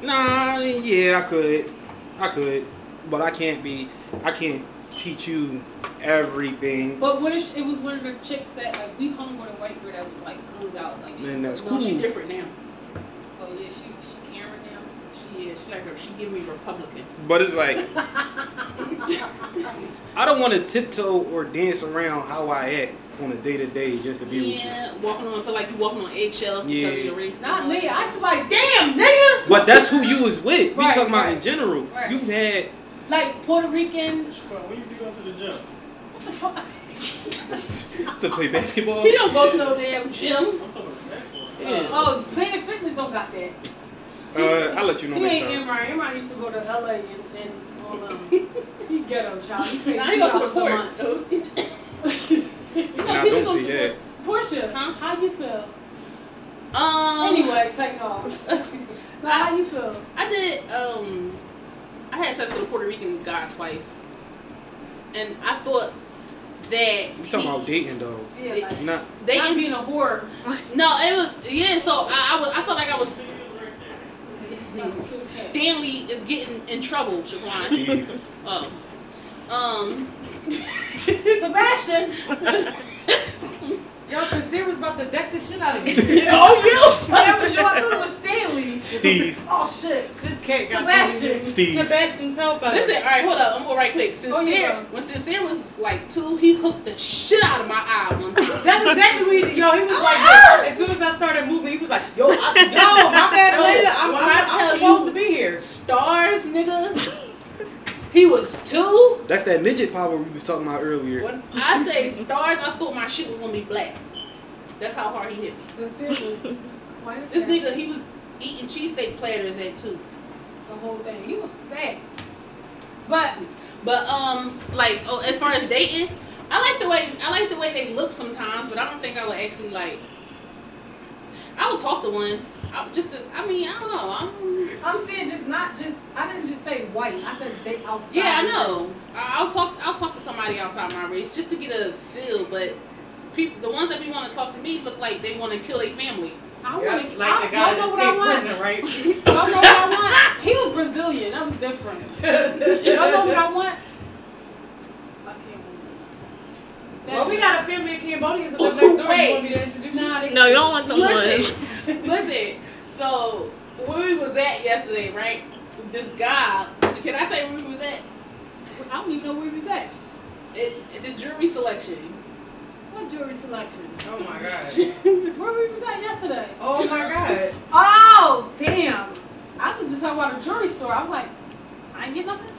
Speaker 3: nah, yeah, I could, I could, but I can't be, I can't teach you everything.
Speaker 4: But what if it was one of the chicks that like we hung with a white girl that was like good out like she,
Speaker 3: Then that's
Speaker 1: No,
Speaker 3: cool.
Speaker 1: she different now.
Speaker 4: oh yeah she she Cameron now.
Speaker 1: She is. She like her. She give me Republican.
Speaker 3: But it's like I don't want to tiptoe or dance around how I act on a day to day just to be with
Speaker 1: Yeah, walking on feel like you walking on eggshells because
Speaker 3: Yeah.
Speaker 1: of your race.
Speaker 4: Not me. I was like damn nigga.
Speaker 3: you. But that's who you was with. We
Speaker 4: Right,
Speaker 3: talking about in
Speaker 4: right,
Speaker 3: general.
Speaker 4: right.
Speaker 3: You had
Speaker 4: Like Puerto Rican.
Speaker 7: When you be going to the gym?
Speaker 4: What the fuck?
Speaker 3: to play basketball.
Speaker 1: He don't go to no damn gym.
Speaker 7: I'm talking about basketball.
Speaker 1: Yeah.
Speaker 4: Oh, Planet Fitness don't got that.
Speaker 3: Uh, I'll let you know
Speaker 4: He
Speaker 3: next
Speaker 4: ain't
Speaker 3: time.
Speaker 4: Imran. Imran used to go to LA and, and all um, he ghetto child. He paid
Speaker 1: I
Speaker 4: two
Speaker 1: ain't go to the
Speaker 4: dollars a
Speaker 1: court.
Speaker 4: month.
Speaker 1: though.
Speaker 4: you
Speaker 3: Nah,
Speaker 4: know, people
Speaker 3: don't
Speaker 4: go
Speaker 3: do
Speaker 4: to
Speaker 3: that.
Speaker 4: court. Portia,
Speaker 1: Huh?
Speaker 4: how you feel?
Speaker 1: Um.
Speaker 4: anyway, say no. Now, how you feel?
Speaker 1: I did. Um, I had sex with a Puerto Rican guy twice, and I thought that
Speaker 3: We talking
Speaker 1: he-
Speaker 3: about dating though.
Speaker 4: Yeah,
Speaker 1: They-
Speaker 4: like,
Speaker 3: Not
Speaker 1: they
Speaker 4: not being a whore.
Speaker 1: no, it was yeah. So I, I was. I felt like I was.
Speaker 4: Like, kill the cat.
Speaker 1: Stanley is getting in trouble, Shaquan.
Speaker 3: Steve.
Speaker 1: Oh. Um.
Speaker 4: Sebastian,
Speaker 2: Y'all sincere was about to deck the shit out of you.
Speaker 4: oh you? That was you. I thought it was Stanley.
Speaker 3: Steve.
Speaker 4: Oh shit.
Speaker 2: this cat got
Speaker 4: Sebastian.
Speaker 3: Steve.
Speaker 2: Sebastian Telfair.
Speaker 1: Listen, all right, hold up. I'm gonna right quick. Sincere,
Speaker 4: Oh, yeah.
Speaker 1: when Sincere was like two, he hooked the shit out of my eye one time.
Speaker 2: That's exactly what he did. Yo, he was like, as soon as I started moving, he was like, yo, I, yo my bad,
Speaker 1: No,
Speaker 2: Layla. I'm,
Speaker 1: when
Speaker 2: I'm,
Speaker 1: I
Speaker 2: I'm
Speaker 1: tell
Speaker 2: supposed
Speaker 1: you-
Speaker 2: to be here.
Speaker 1: Stars, nigga. He was two.
Speaker 3: That's that midget power we was talking about earlier.
Speaker 1: When I say stars, I thought my shit was gonna be black. That's how hard he hit me.
Speaker 4: Sincere was quite a
Speaker 1: This
Speaker 4: cat.
Speaker 1: nigga, he was eating cheesesteak platters at two.
Speaker 4: the whole thing. He was fat. But
Speaker 1: But um, like oh, as far as dating, I like the way I like the way they look sometimes, but I don't think I would actually like. I would talk to one. I would just, to, I mean, I don't know. I'm,
Speaker 4: I'm saying just not just. I didn't just say white. I said they outside.
Speaker 1: yeah, I know. I- I'll talk. I'll talk to somebody outside my race just to get a feel. But people, the ones that we want to talk to me look like they want to kill their family.
Speaker 4: I
Speaker 2: Yeah,
Speaker 4: want to.
Speaker 2: like the guy
Speaker 4: Y'all
Speaker 2: that
Speaker 4: know what I want.
Speaker 2: escaped prison, right?
Speaker 4: Y'all know what I want. He was Brazilian. That was different. Y'all know what I want. I can't remember.
Speaker 2: well, we got a family of Cambodians that live
Speaker 1: Ooh,
Speaker 2: next door.
Speaker 1: wait.
Speaker 2: You want me to introduce you?
Speaker 4: Nah, they-
Speaker 6: No, you don't want the ones.
Speaker 1: Listen, listen. So where we was at yesterday, right? This guy. Can I say where we was at?
Speaker 4: I don't even know where he was at.
Speaker 1: At, at the jury selection.
Speaker 4: What jewelry selection?
Speaker 2: Oh my god.
Speaker 4: Where we was at yesterday?
Speaker 2: Oh my god.
Speaker 4: Oh damn! I was just talking about a jewelry store. I was like, I ain't get nothing.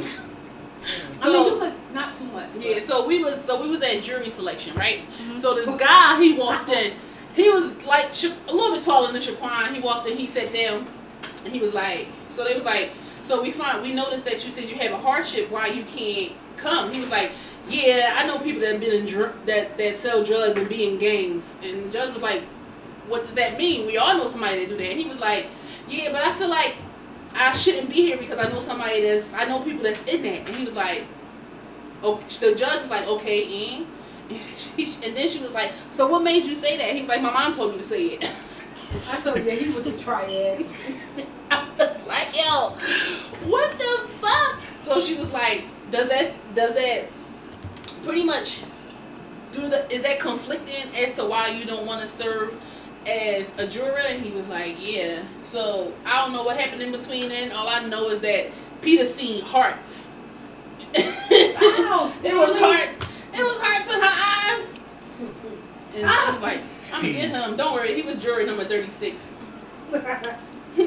Speaker 4: I mean, you
Speaker 1: So-
Speaker 4: look not too much. but-
Speaker 1: Yeah, so we was so we was at jury selection, right? So this guy he walked in, he was like Sha- a little bit taller than Shaquan. He walked in, he sat down, and he was like, so they was like, so we find we noticed that you said you have a hardship why you can't come. He was like, yeah, I know people that been in dr- that that sell drugs and be in gangs, and the judge was like, what does that mean? We all know somebody that do that. And he was like, yeah, but I feel like I shouldn't be here because I know somebody that's I know people that's in that. And he was like, okay, Oh, the judge was like, okay, and and, she, and then she was like, so what made you say that? He was like, my mom told me to say it.
Speaker 4: I saw yeah, he with the triads.
Speaker 1: I was like, yo, what the fuck? So she was like, does that does that pretty much do the is that conflicting as to why you don't want to serve as a juror, and he was like, "Yeah." So I don't know what happened in between. Then all I know is that Peter seen hearts.
Speaker 4: Ah.
Speaker 1: it
Speaker 5: Wow,
Speaker 1: was
Speaker 5: silly.
Speaker 1: hearts. It was hearts in her eyes. Ah. And she was like, "I'm getting him. Don't worry. He was jury number thirty-six.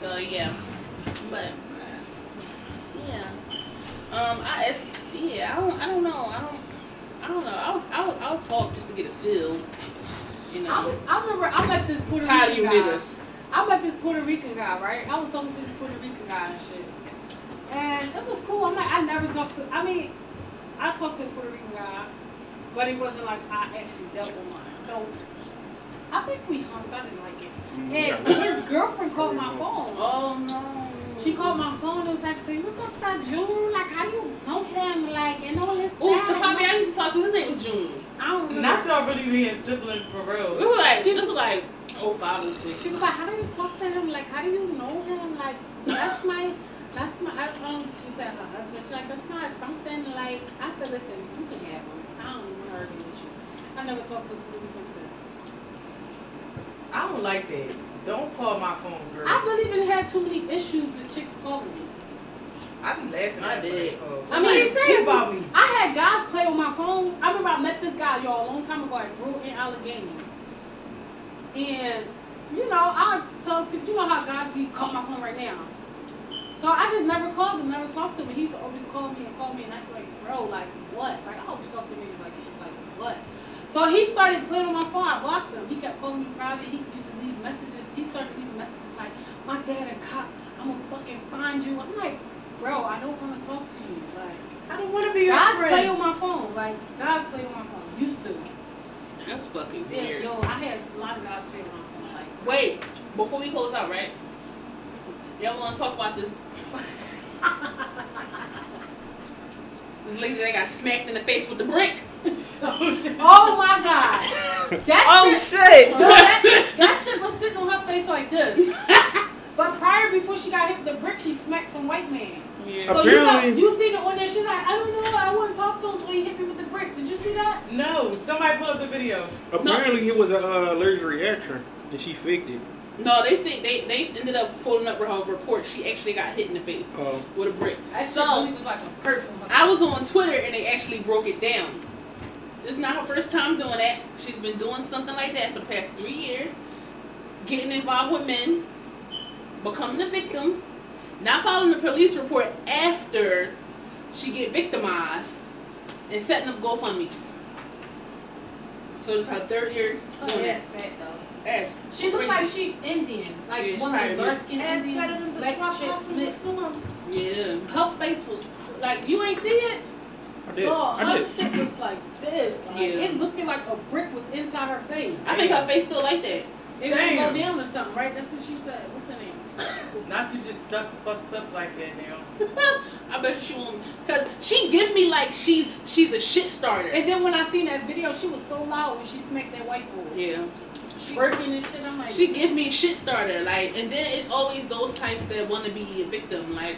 Speaker 1: so yeah, but yeah, um, I as yeah, I don't, I don't know, I don't, I don't know. I'll, I'll, I'll talk just to get a feel, you
Speaker 4: I,
Speaker 1: know.
Speaker 4: was- I remember I met this Puerto
Speaker 1: tired of
Speaker 4: Rican
Speaker 1: you
Speaker 4: guy.
Speaker 1: niggas.
Speaker 4: I met this Puerto Rican guy, right? I was talking to this Puerto Rican guy and shit. And it was cool. I'm like, I never talked to, I mean, I talked to a Puerto Rican guy, but it wasn't like I actually dealt with mine. So I think we hung, I didn't like it.
Speaker 3: Mm,
Speaker 4: And his girlfriend called my phone.
Speaker 1: Oh no.
Speaker 4: She called my phone and was like, look up that June, like how you know him, like, and all this
Speaker 1: Ooh,
Speaker 4: that.
Speaker 1: the
Speaker 4: And
Speaker 1: homie I
Speaker 4: I-
Speaker 1: used to talk to, his name was June.
Speaker 4: I don't remember.
Speaker 2: Not y'all really being siblings for
Speaker 1: We
Speaker 2: real.
Speaker 1: were like, she was like, oh five and six.
Speaker 4: She was like, how do you talk to him? Like, how do you know him? Like, that's my, that's my, I don't know, she said her husband. She's like, that's my something. Like, I said, listen, you can have him. I don't even argue with you. I never talked to a Puerto Rican since.
Speaker 2: I don't like that. Don't call my phone, girl.
Speaker 4: I've really been had too many issues with chicks calling me.
Speaker 2: I be laughing.
Speaker 1: I
Speaker 2: at
Speaker 1: did.
Speaker 2: phone calls.
Speaker 4: I mean,
Speaker 2: Somebody
Speaker 4: say
Speaker 2: speak
Speaker 4: it.
Speaker 2: about me.
Speaker 4: I had guys play on my phone. I remember I met this guy, y'all, a long time ago at Brew in Allegheny. And, you know, I tell people, you know how guys be call my phone right now. So I just never called him, never talked to him. He used to always call me and call me, and I was like, bro, like what? Like I always talk to niggas like shit, like what? So he started playing on my phone. I blocked him. He kept calling me private. He used to leave messages. He started leaving messages like, my dad a cop. I'm gonna fucking find you. I'm like, bro, I don't want to talk to you. Like.
Speaker 2: I don't want to be your
Speaker 4: Guys
Speaker 2: friend.
Speaker 4: play on my phone. Like, guys play on my phone. Used to.
Speaker 1: That's fucking
Speaker 4: Yeah,
Speaker 1: weird.
Speaker 4: yo, I had a lot of guys play on my phone. Like,
Speaker 1: Wait, before we close out, right? Y'all want to talk about this? this lady that got smacked in the face with the brick.
Speaker 4: oh my god. That
Speaker 6: Oh
Speaker 4: shit.
Speaker 6: shit!
Speaker 4: Yo, that, that shit was sitting on her face like this. But prior, before she got hit with the brick, she smacked some white man.
Speaker 2: Yeah.
Speaker 4: So you, know,
Speaker 3: Apparently.
Speaker 4: you seen it on there. She's like, I don't know. I wouldn't talk to him until he hit me with the brick. Did you see that?
Speaker 2: No, somebody pull up the video.
Speaker 3: Apparently, it was a uh, allergic reaction, and she faked it.
Speaker 1: No, they said they they ended up pulling up her report. She actually got hit in the face
Speaker 3: Uh,
Speaker 1: with a brick.
Speaker 4: That shit
Speaker 1: So-
Speaker 4: really was like a person.
Speaker 1: I was on Twitter and they actually broke it down. This is not her first time doing that. She's been doing something like that for the past three years, getting involved with men, becoming a victim, not following the police report after she get victimized, and setting up GoFundmes. So this is her third year
Speaker 4: Oh,
Speaker 1: doing
Speaker 4: that's
Speaker 1: this.
Speaker 4: fat though.
Speaker 1: Ass.
Speaker 4: She looked like she Indian, like
Speaker 1: Yeah, she
Speaker 4: one of
Speaker 1: probably
Speaker 4: the dark skinned
Speaker 5: Ass
Speaker 4: Indian,
Speaker 5: better than the
Speaker 4: black
Speaker 5: swap
Speaker 4: chicks
Speaker 5: house in the
Speaker 4: mixed.
Speaker 5: films.
Speaker 1: yeah.
Speaker 4: Her face was cr- like you ain't see it.
Speaker 3: I did.
Speaker 4: No,
Speaker 3: I
Speaker 4: her
Speaker 3: did.
Speaker 4: shit was like this. Like
Speaker 1: Yeah.
Speaker 4: it looked like a brick was inside her face.
Speaker 1: I think her face still like that.
Speaker 4: They gonna go
Speaker 2: Damn.
Speaker 4: down or something, right? That's what she said. What's her name?
Speaker 2: Not you just stuck fucked up like that now.
Speaker 1: I bet she won't, cause she give me like she's she's a shit starter.
Speaker 4: And then when I seen that video, she was so loud when she smacked that white boy.
Speaker 1: Yeah.
Speaker 4: She working and shit. I'm like,
Speaker 1: She give me shit starter, like, and then it's always those types that want to be a victim, like,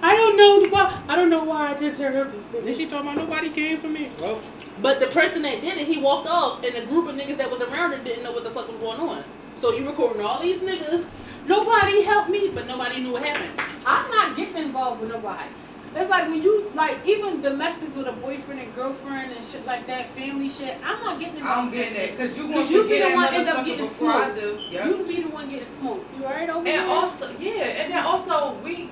Speaker 2: I don't know why. I don't know why I deserve
Speaker 3: Then she talking about nobody came for me. Well,
Speaker 1: but the person that did it, he walked off, and the group of niggas that was around her didn't know what the fuck was going on. So you recording all these niggas, nobody helped me, but nobody knew what happened.
Speaker 4: I'm not getting involved with nobody. It's like when you like even domestics with a boyfriend and girlfriend and shit like that, family shit. I'm not getting involved.
Speaker 2: I'm
Speaker 4: with
Speaker 2: getting
Speaker 4: shit.
Speaker 2: that because you
Speaker 4: 'Cause
Speaker 2: want
Speaker 4: you
Speaker 2: to
Speaker 4: be the
Speaker 2: get
Speaker 4: one
Speaker 2: that
Speaker 4: end up
Speaker 2: motherfucker
Speaker 4: getting
Speaker 2: before I do. Yep.
Speaker 4: You be the one getting smoked. You heard over
Speaker 2: And
Speaker 4: there?
Speaker 2: also, yeah, and then also we,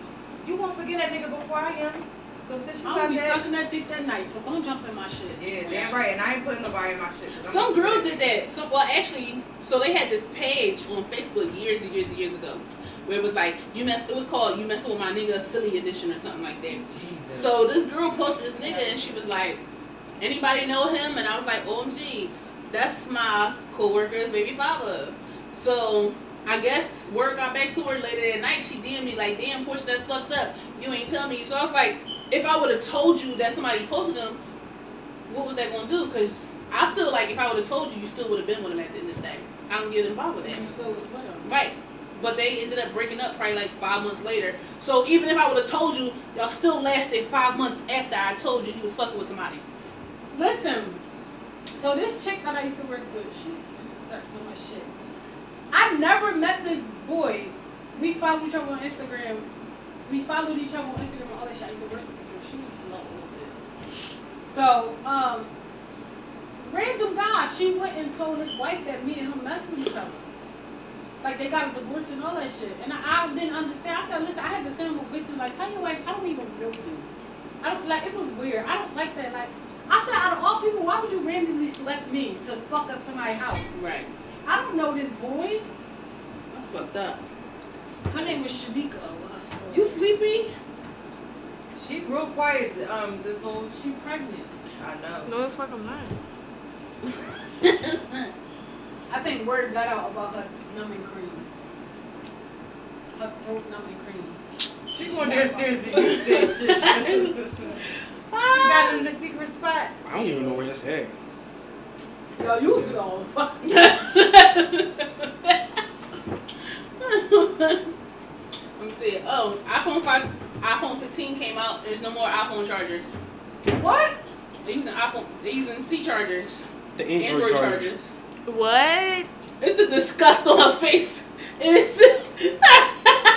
Speaker 2: you won't forget that nigga before I am. So since you
Speaker 4: I'm gonna
Speaker 2: got
Speaker 4: be
Speaker 2: that,
Speaker 4: sucking that dick that night, so don't jump in my shit.
Speaker 2: yeah, damn right. And I ain't putting nobody in my shit. 'cause I'm
Speaker 1: Some
Speaker 2: gonna
Speaker 1: girl
Speaker 2: do
Speaker 1: did that. Some, well, actually, so they had this page on Facebook years and years and years ago, where it was like, you mess. It was called "You Messing with My Nigga" Philly edition or something like that.
Speaker 2: Jesus.
Speaker 1: So this girl posted this nigga and she was like, anybody know him? And I was like, OMG, that's my coworker's baby father. So I guess word got back to her later that night. She DM'd me like, damn, Portia, that's fucked up. You ain't tell me. So I was like, if I would have told you that somebody posted him, what was that gonna do? Because I feel like if I would have told you, you still would have been with him at the end of the day. I don't get involved with that.
Speaker 4: And you still was with him.
Speaker 1: Right. But they ended up breaking up probably like five months later. So even if I would have told you, y'all still lasted five months after I told you he was fucking with somebody.
Speaker 4: Listen, So this chick that I used to work with, she used to start so much shit. I never met this boy. We followed each other on Instagram. We followed each other on Instagram and all that shit. I used to work with this girl. She was slow a little bit. So, um, random guy, she went and told his wife that me and him messed with each other. Like they got a divorce and all that shit. And I, I didn't understand. I said, listen, I had to send him a voice and like, tell your wife I don't even know you. I don't like it was weird. I don't like that. Like I said, out of all people, why would you randomly select me to fuck up somebody's house?
Speaker 1: Right.
Speaker 4: I don't know this boy.
Speaker 1: That's fucked up.
Speaker 4: Her name was Shanika. when I saw her.
Speaker 1: You sleepy?
Speaker 2: She real quiet. Um, this whole.
Speaker 4: she pregnant.
Speaker 2: I know.
Speaker 6: No, it's fucking not.
Speaker 4: I think word got out about her numbing cream. Her throat numbing cream.
Speaker 2: She going downstairs to use this shit. you got in the secret spot.
Speaker 3: I don't even know where that's at.
Speaker 4: Yo, you was all fuck.
Speaker 1: Let me see. Oh, iPhone 5, iPhone 15 came out. There's no more iPhone chargers.
Speaker 4: What?
Speaker 1: They're using iPhone. They're using C chargers.
Speaker 3: The Android,
Speaker 1: Android chargers.
Speaker 3: chargers.
Speaker 6: What?
Speaker 1: It's the disgust on her face. It's the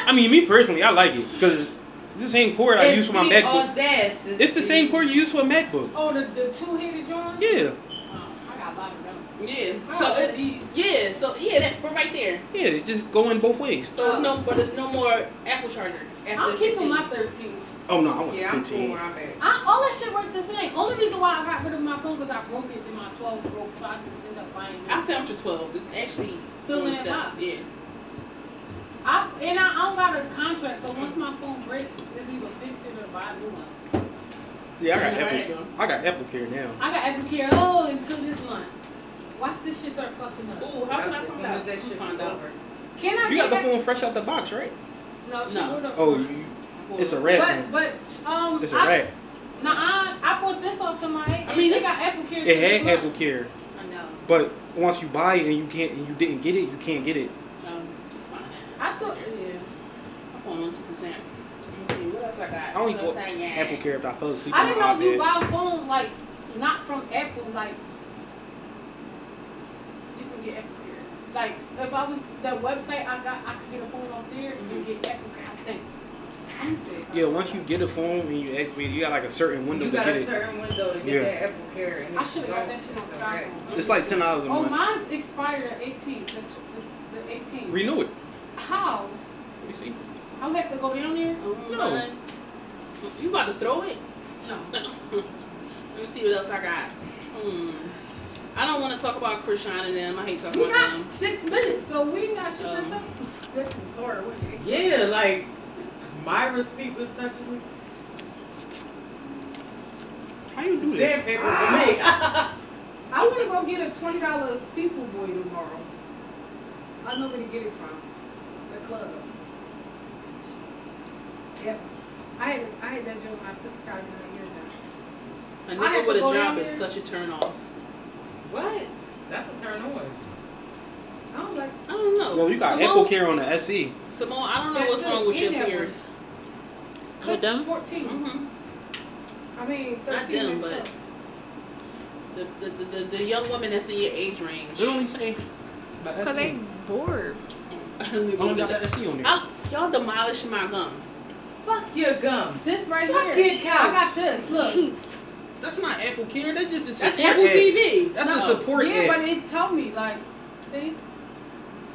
Speaker 3: I mean, me personally, I like it because it's the same cord I use for my
Speaker 2: the
Speaker 3: MacBook.
Speaker 2: audacity.
Speaker 3: It's the same cord you use for a MacBook.
Speaker 4: Oh, the, the two headed joints?
Speaker 3: Yeah,
Speaker 4: Oh, I got a lot of them.
Speaker 1: yeah.
Speaker 4: So
Speaker 1: So
Speaker 4: it's
Speaker 1: it's
Speaker 4: these.
Speaker 1: yeah. So yeah, that for right there.
Speaker 3: yeah, it's just going both ways.
Speaker 1: So it's no, but it's no more Apple charger.
Speaker 4: I'm keeping my 13.
Speaker 3: Oh no, I want
Speaker 2: Yeah, I'm cool
Speaker 3: 15.
Speaker 2: where I'm at.
Speaker 4: I, all that shit worked the same. Only reason why I got rid of my phone because I broke it and my 12 broke, so I just ended up buying this.
Speaker 1: I found your 12. It's actually
Speaker 4: Still in
Speaker 1: one
Speaker 4: that
Speaker 1: steps.
Speaker 4: box.
Speaker 1: Yeah.
Speaker 4: I, and I, I don't got a contract, so once my phone breaks, it's either fix it or buy a new one.
Speaker 3: Yeah, I got
Speaker 1: Yeah, right.
Speaker 3: Apple. I got Apple Care now.
Speaker 4: I got Apple Care oh, until this month. Watch this shit start fucking up.
Speaker 1: Ooh, how can I
Speaker 2: As soon
Speaker 1: find
Speaker 2: as
Speaker 1: out?
Speaker 2: that
Speaker 1: Let me
Speaker 2: shit
Speaker 1: find
Speaker 2: be
Speaker 1: out.
Speaker 2: over.
Speaker 4: Can
Speaker 3: You
Speaker 4: I
Speaker 3: got
Speaker 4: get
Speaker 3: the
Speaker 4: that?
Speaker 3: phone fresh out the box, right?
Speaker 4: No, she
Speaker 1: No.
Speaker 4: wrote up.
Speaker 3: Oh, you, it's a
Speaker 4: But
Speaker 3: wrap.
Speaker 4: but um,
Speaker 3: It's a
Speaker 4: I,
Speaker 3: wrap.
Speaker 4: Nah, I, I bought this off somebody. and
Speaker 1: mean,
Speaker 4: they
Speaker 1: this-
Speaker 4: got Apple Care. till
Speaker 3: It
Speaker 4: this
Speaker 3: had Apple
Speaker 4: month.
Speaker 3: Care,
Speaker 4: I know.
Speaker 3: but once you buy it and you can't and you didn't get it, you can't get it.
Speaker 1: Um, it's fine.
Speaker 4: I thought.
Speaker 1: There's-
Speaker 4: Yeah.
Speaker 1: My phone on two percent. Let me see what else I got.
Speaker 3: I only
Speaker 1: What else
Speaker 3: bought
Speaker 1: I got?
Speaker 3: Apple Care if I fell asleep
Speaker 4: I
Speaker 3: on
Speaker 4: didn't
Speaker 3: my
Speaker 4: know if you
Speaker 3: iPad.
Speaker 4: buy a phone like not from Apple, like you can get Apple Care. Like if I was that website I got, I could get a phone off there and get Apple Care. I think. I'm saying.
Speaker 3: Yeah, once you get a phone and you activate, it, you got like a certain window
Speaker 2: You
Speaker 3: to
Speaker 2: got
Speaker 3: get
Speaker 2: a
Speaker 3: it.
Speaker 2: certain window to get
Speaker 3: Yeah.
Speaker 2: that Apple Care. and if
Speaker 4: I
Speaker 2: you
Speaker 4: should have got
Speaker 2: don't,
Speaker 4: that shit on
Speaker 2: it's all right.
Speaker 4: Skype.
Speaker 3: It's like ten dollars a
Speaker 4: Oh,
Speaker 3: month.
Speaker 4: mine's expired at 18. The, t- the, the 18.
Speaker 3: Renew it.
Speaker 4: How?
Speaker 3: Let me see.
Speaker 4: I would have to go down there?
Speaker 1: Um,
Speaker 3: No.
Speaker 1: You about to throw it?
Speaker 4: No.
Speaker 1: Let me see what else I got. Hmm. I don't want to talk about Krishan and them. I hate talking
Speaker 4: We
Speaker 1: about
Speaker 4: got
Speaker 1: them.
Speaker 4: six minutes, so we ain't got shit
Speaker 1: Um.
Speaker 4: to talk. This is hard, wasn't it?
Speaker 2: Yeah, like Myra's feet was touching me.
Speaker 3: How you do this?
Speaker 2: Sandpaper for me.
Speaker 4: I want to go get a $20 seafood boy tomorrow. I know where to get it from. The club. Yep. I had, I had that joke. I took Scott and I year now.
Speaker 1: A
Speaker 4: I have
Speaker 1: nigga
Speaker 4: to
Speaker 1: with a
Speaker 4: go
Speaker 1: job
Speaker 4: down
Speaker 1: is
Speaker 4: there.
Speaker 1: such a turn off.
Speaker 2: What? That's a turn on.
Speaker 4: I don't like
Speaker 1: I don't know.
Speaker 3: Well, you got
Speaker 1: Simone,
Speaker 3: Apple Care on the E. SE.
Speaker 1: Simone, I don't know
Speaker 4: That
Speaker 1: what's
Speaker 4: too,
Speaker 1: wrong with your
Speaker 4: and that
Speaker 1: peers.
Speaker 6: With them?
Speaker 4: 14.
Speaker 1: Mm-hmm.
Speaker 4: I mean, 13.
Speaker 1: Not them,
Speaker 4: is
Speaker 1: but
Speaker 4: up.
Speaker 1: the, the, the, the, the young woman that's in your age range.
Speaker 3: It only say. about
Speaker 6: Cause they
Speaker 3: SE.
Speaker 6: bored.
Speaker 1: I don't even
Speaker 3: Only
Speaker 1: know
Speaker 3: got that
Speaker 1: that.
Speaker 3: SE on there.
Speaker 1: I- Y'all demolishing my gum.
Speaker 2: Fuck your gum.
Speaker 4: This right
Speaker 2: Fuck
Speaker 4: here.
Speaker 2: your
Speaker 4: I
Speaker 2: couch.
Speaker 4: got this. Look.
Speaker 3: That's not Apple Care. That's just the
Speaker 1: That's
Speaker 3: support
Speaker 1: Apple
Speaker 3: ad.
Speaker 1: TV.
Speaker 3: That's the
Speaker 1: No.
Speaker 3: support
Speaker 4: yeah,
Speaker 3: ad.
Speaker 4: but it tell me like, see,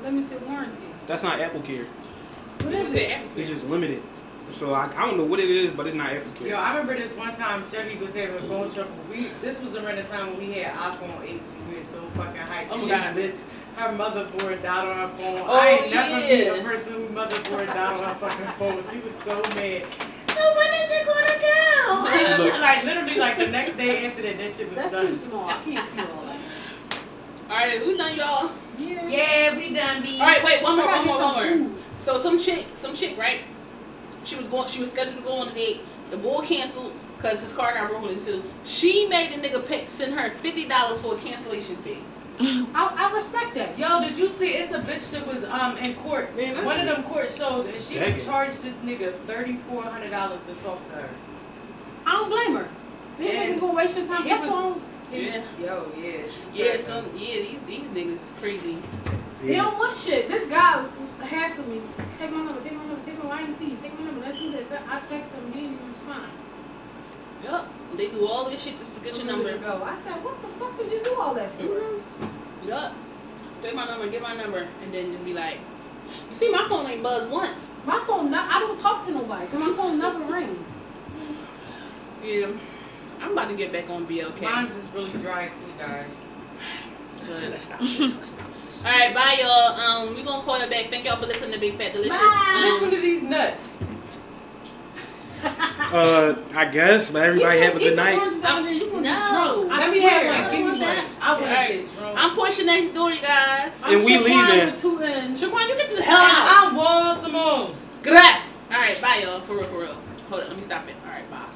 Speaker 4: limited warranty.
Speaker 3: That's not Apple Care.
Speaker 4: What
Speaker 1: It
Speaker 4: is
Speaker 1: was at
Speaker 4: it?
Speaker 1: Apple Care.
Speaker 3: It's just limited. So I, I don't know what it is, but it's not Apple Care.
Speaker 2: Yo, I remember this one time Chevy was having phone trouble. We this was around the time when we had iPhone 8s. We were so fucking hyped.
Speaker 1: Oh my
Speaker 2: She
Speaker 1: God.
Speaker 2: was- Her motherboard died on her phone.
Speaker 1: Oh,
Speaker 2: I ain't never
Speaker 1: yeah.
Speaker 2: meet a person who motherboard died on her fucking phone. She was so mad. So when is it gonna go?
Speaker 3: Look.
Speaker 2: like literally like the next day after that, that shit was
Speaker 4: That's
Speaker 2: done.
Speaker 4: too small. I can't see all that.
Speaker 1: All right, we done, y'all.
Speaker 4: Yeah.
Speaker 2: Yeah, we done beat.
Speaker 1: All right, wait, one
Speaker 4: I
Speaker 1: more, one
Speaker 4: gotta get
Speaker 1: more,
Speaker 4: some
Speaker 1: one more.
Speaker 4: food.
Speaker 1: So some chick, some chick, right? She was going. She was scheduled to go on a date. The bull canceled because his car got broken into. She made the nigga pay, send her fifty dollars for a cancellation fee.
Speaker 4: I, I respect that.
Speaker 2: Yo, did you see? It's a bitch that was um in court.
Speaker 3: Man, that's-
Speaker 2: One of them court shows, and she
Speaker 3: Dang it.
Speaker 2: charged this nigga thirty four hundred dollars to talk to her.
Speaker 4: I don't blame her. These
Speaker 2: And
Speaker 4: niggas gonna waste your time.
Speaker 2: he
Speaker 4: That's
Speaker 2: was-
Speaker 4: wrong.
Speaker 1: Yeah.
Speaker 5: Yo, yeah.
Speaker 1: Yeah, some yeah, these these niggas is crazy.
Speaker 4: They don't want shit. This guy hassled me. Take my number, take my number, take my number. I ain't see you. Take my number. Let's do this. I text him, he didn't respond.
Speaker 1: Yup. They do all this shit just to get your number.
Speaker 4: Go. I said, what the fuck did you do all that for?
Speaker 1: Yup. Take my number, get my number, and then just be like, you see, my phone ain't buzzed once.
Speaker 4: My phone, no- I don't talk to nobody, so my phone never rings.
Speaker 1: Yeah. I'm about to get back on BLK.
Speaker 2: Mine's is really dry too, guys.
Speaker 1: All right, bye y'all. Um, we gonna call you back. Thank y'all for listening to Big Fat Delicious. Um,
Speaker 2: Listen to these nuts.
Speaker 3: Uh, I guess. Let everybody have a good night.
Speaker 1: No.
Speaker 4: I
Speaker 2: Let me
Speaker 4: swear.
Speaker 2: have one. Give me
Speaker 1: What's
Speaker 2: one.
Speaker 1: that?
Speaker 2: I want
Speaker 1: Alright.
Speaker 2: to get drunk.
Speaker 1: I'm Portia next door, you guys.
Speaker 3: And we leaving.
Speaker 4: Two ends.
Speaker 1: Shaquan, you get the hell out.
Speaker 2: I was Simone.
Speaker 1: Grab. All right, bye y'all. For real, for real. Hold on, let me stop it. All right, bye.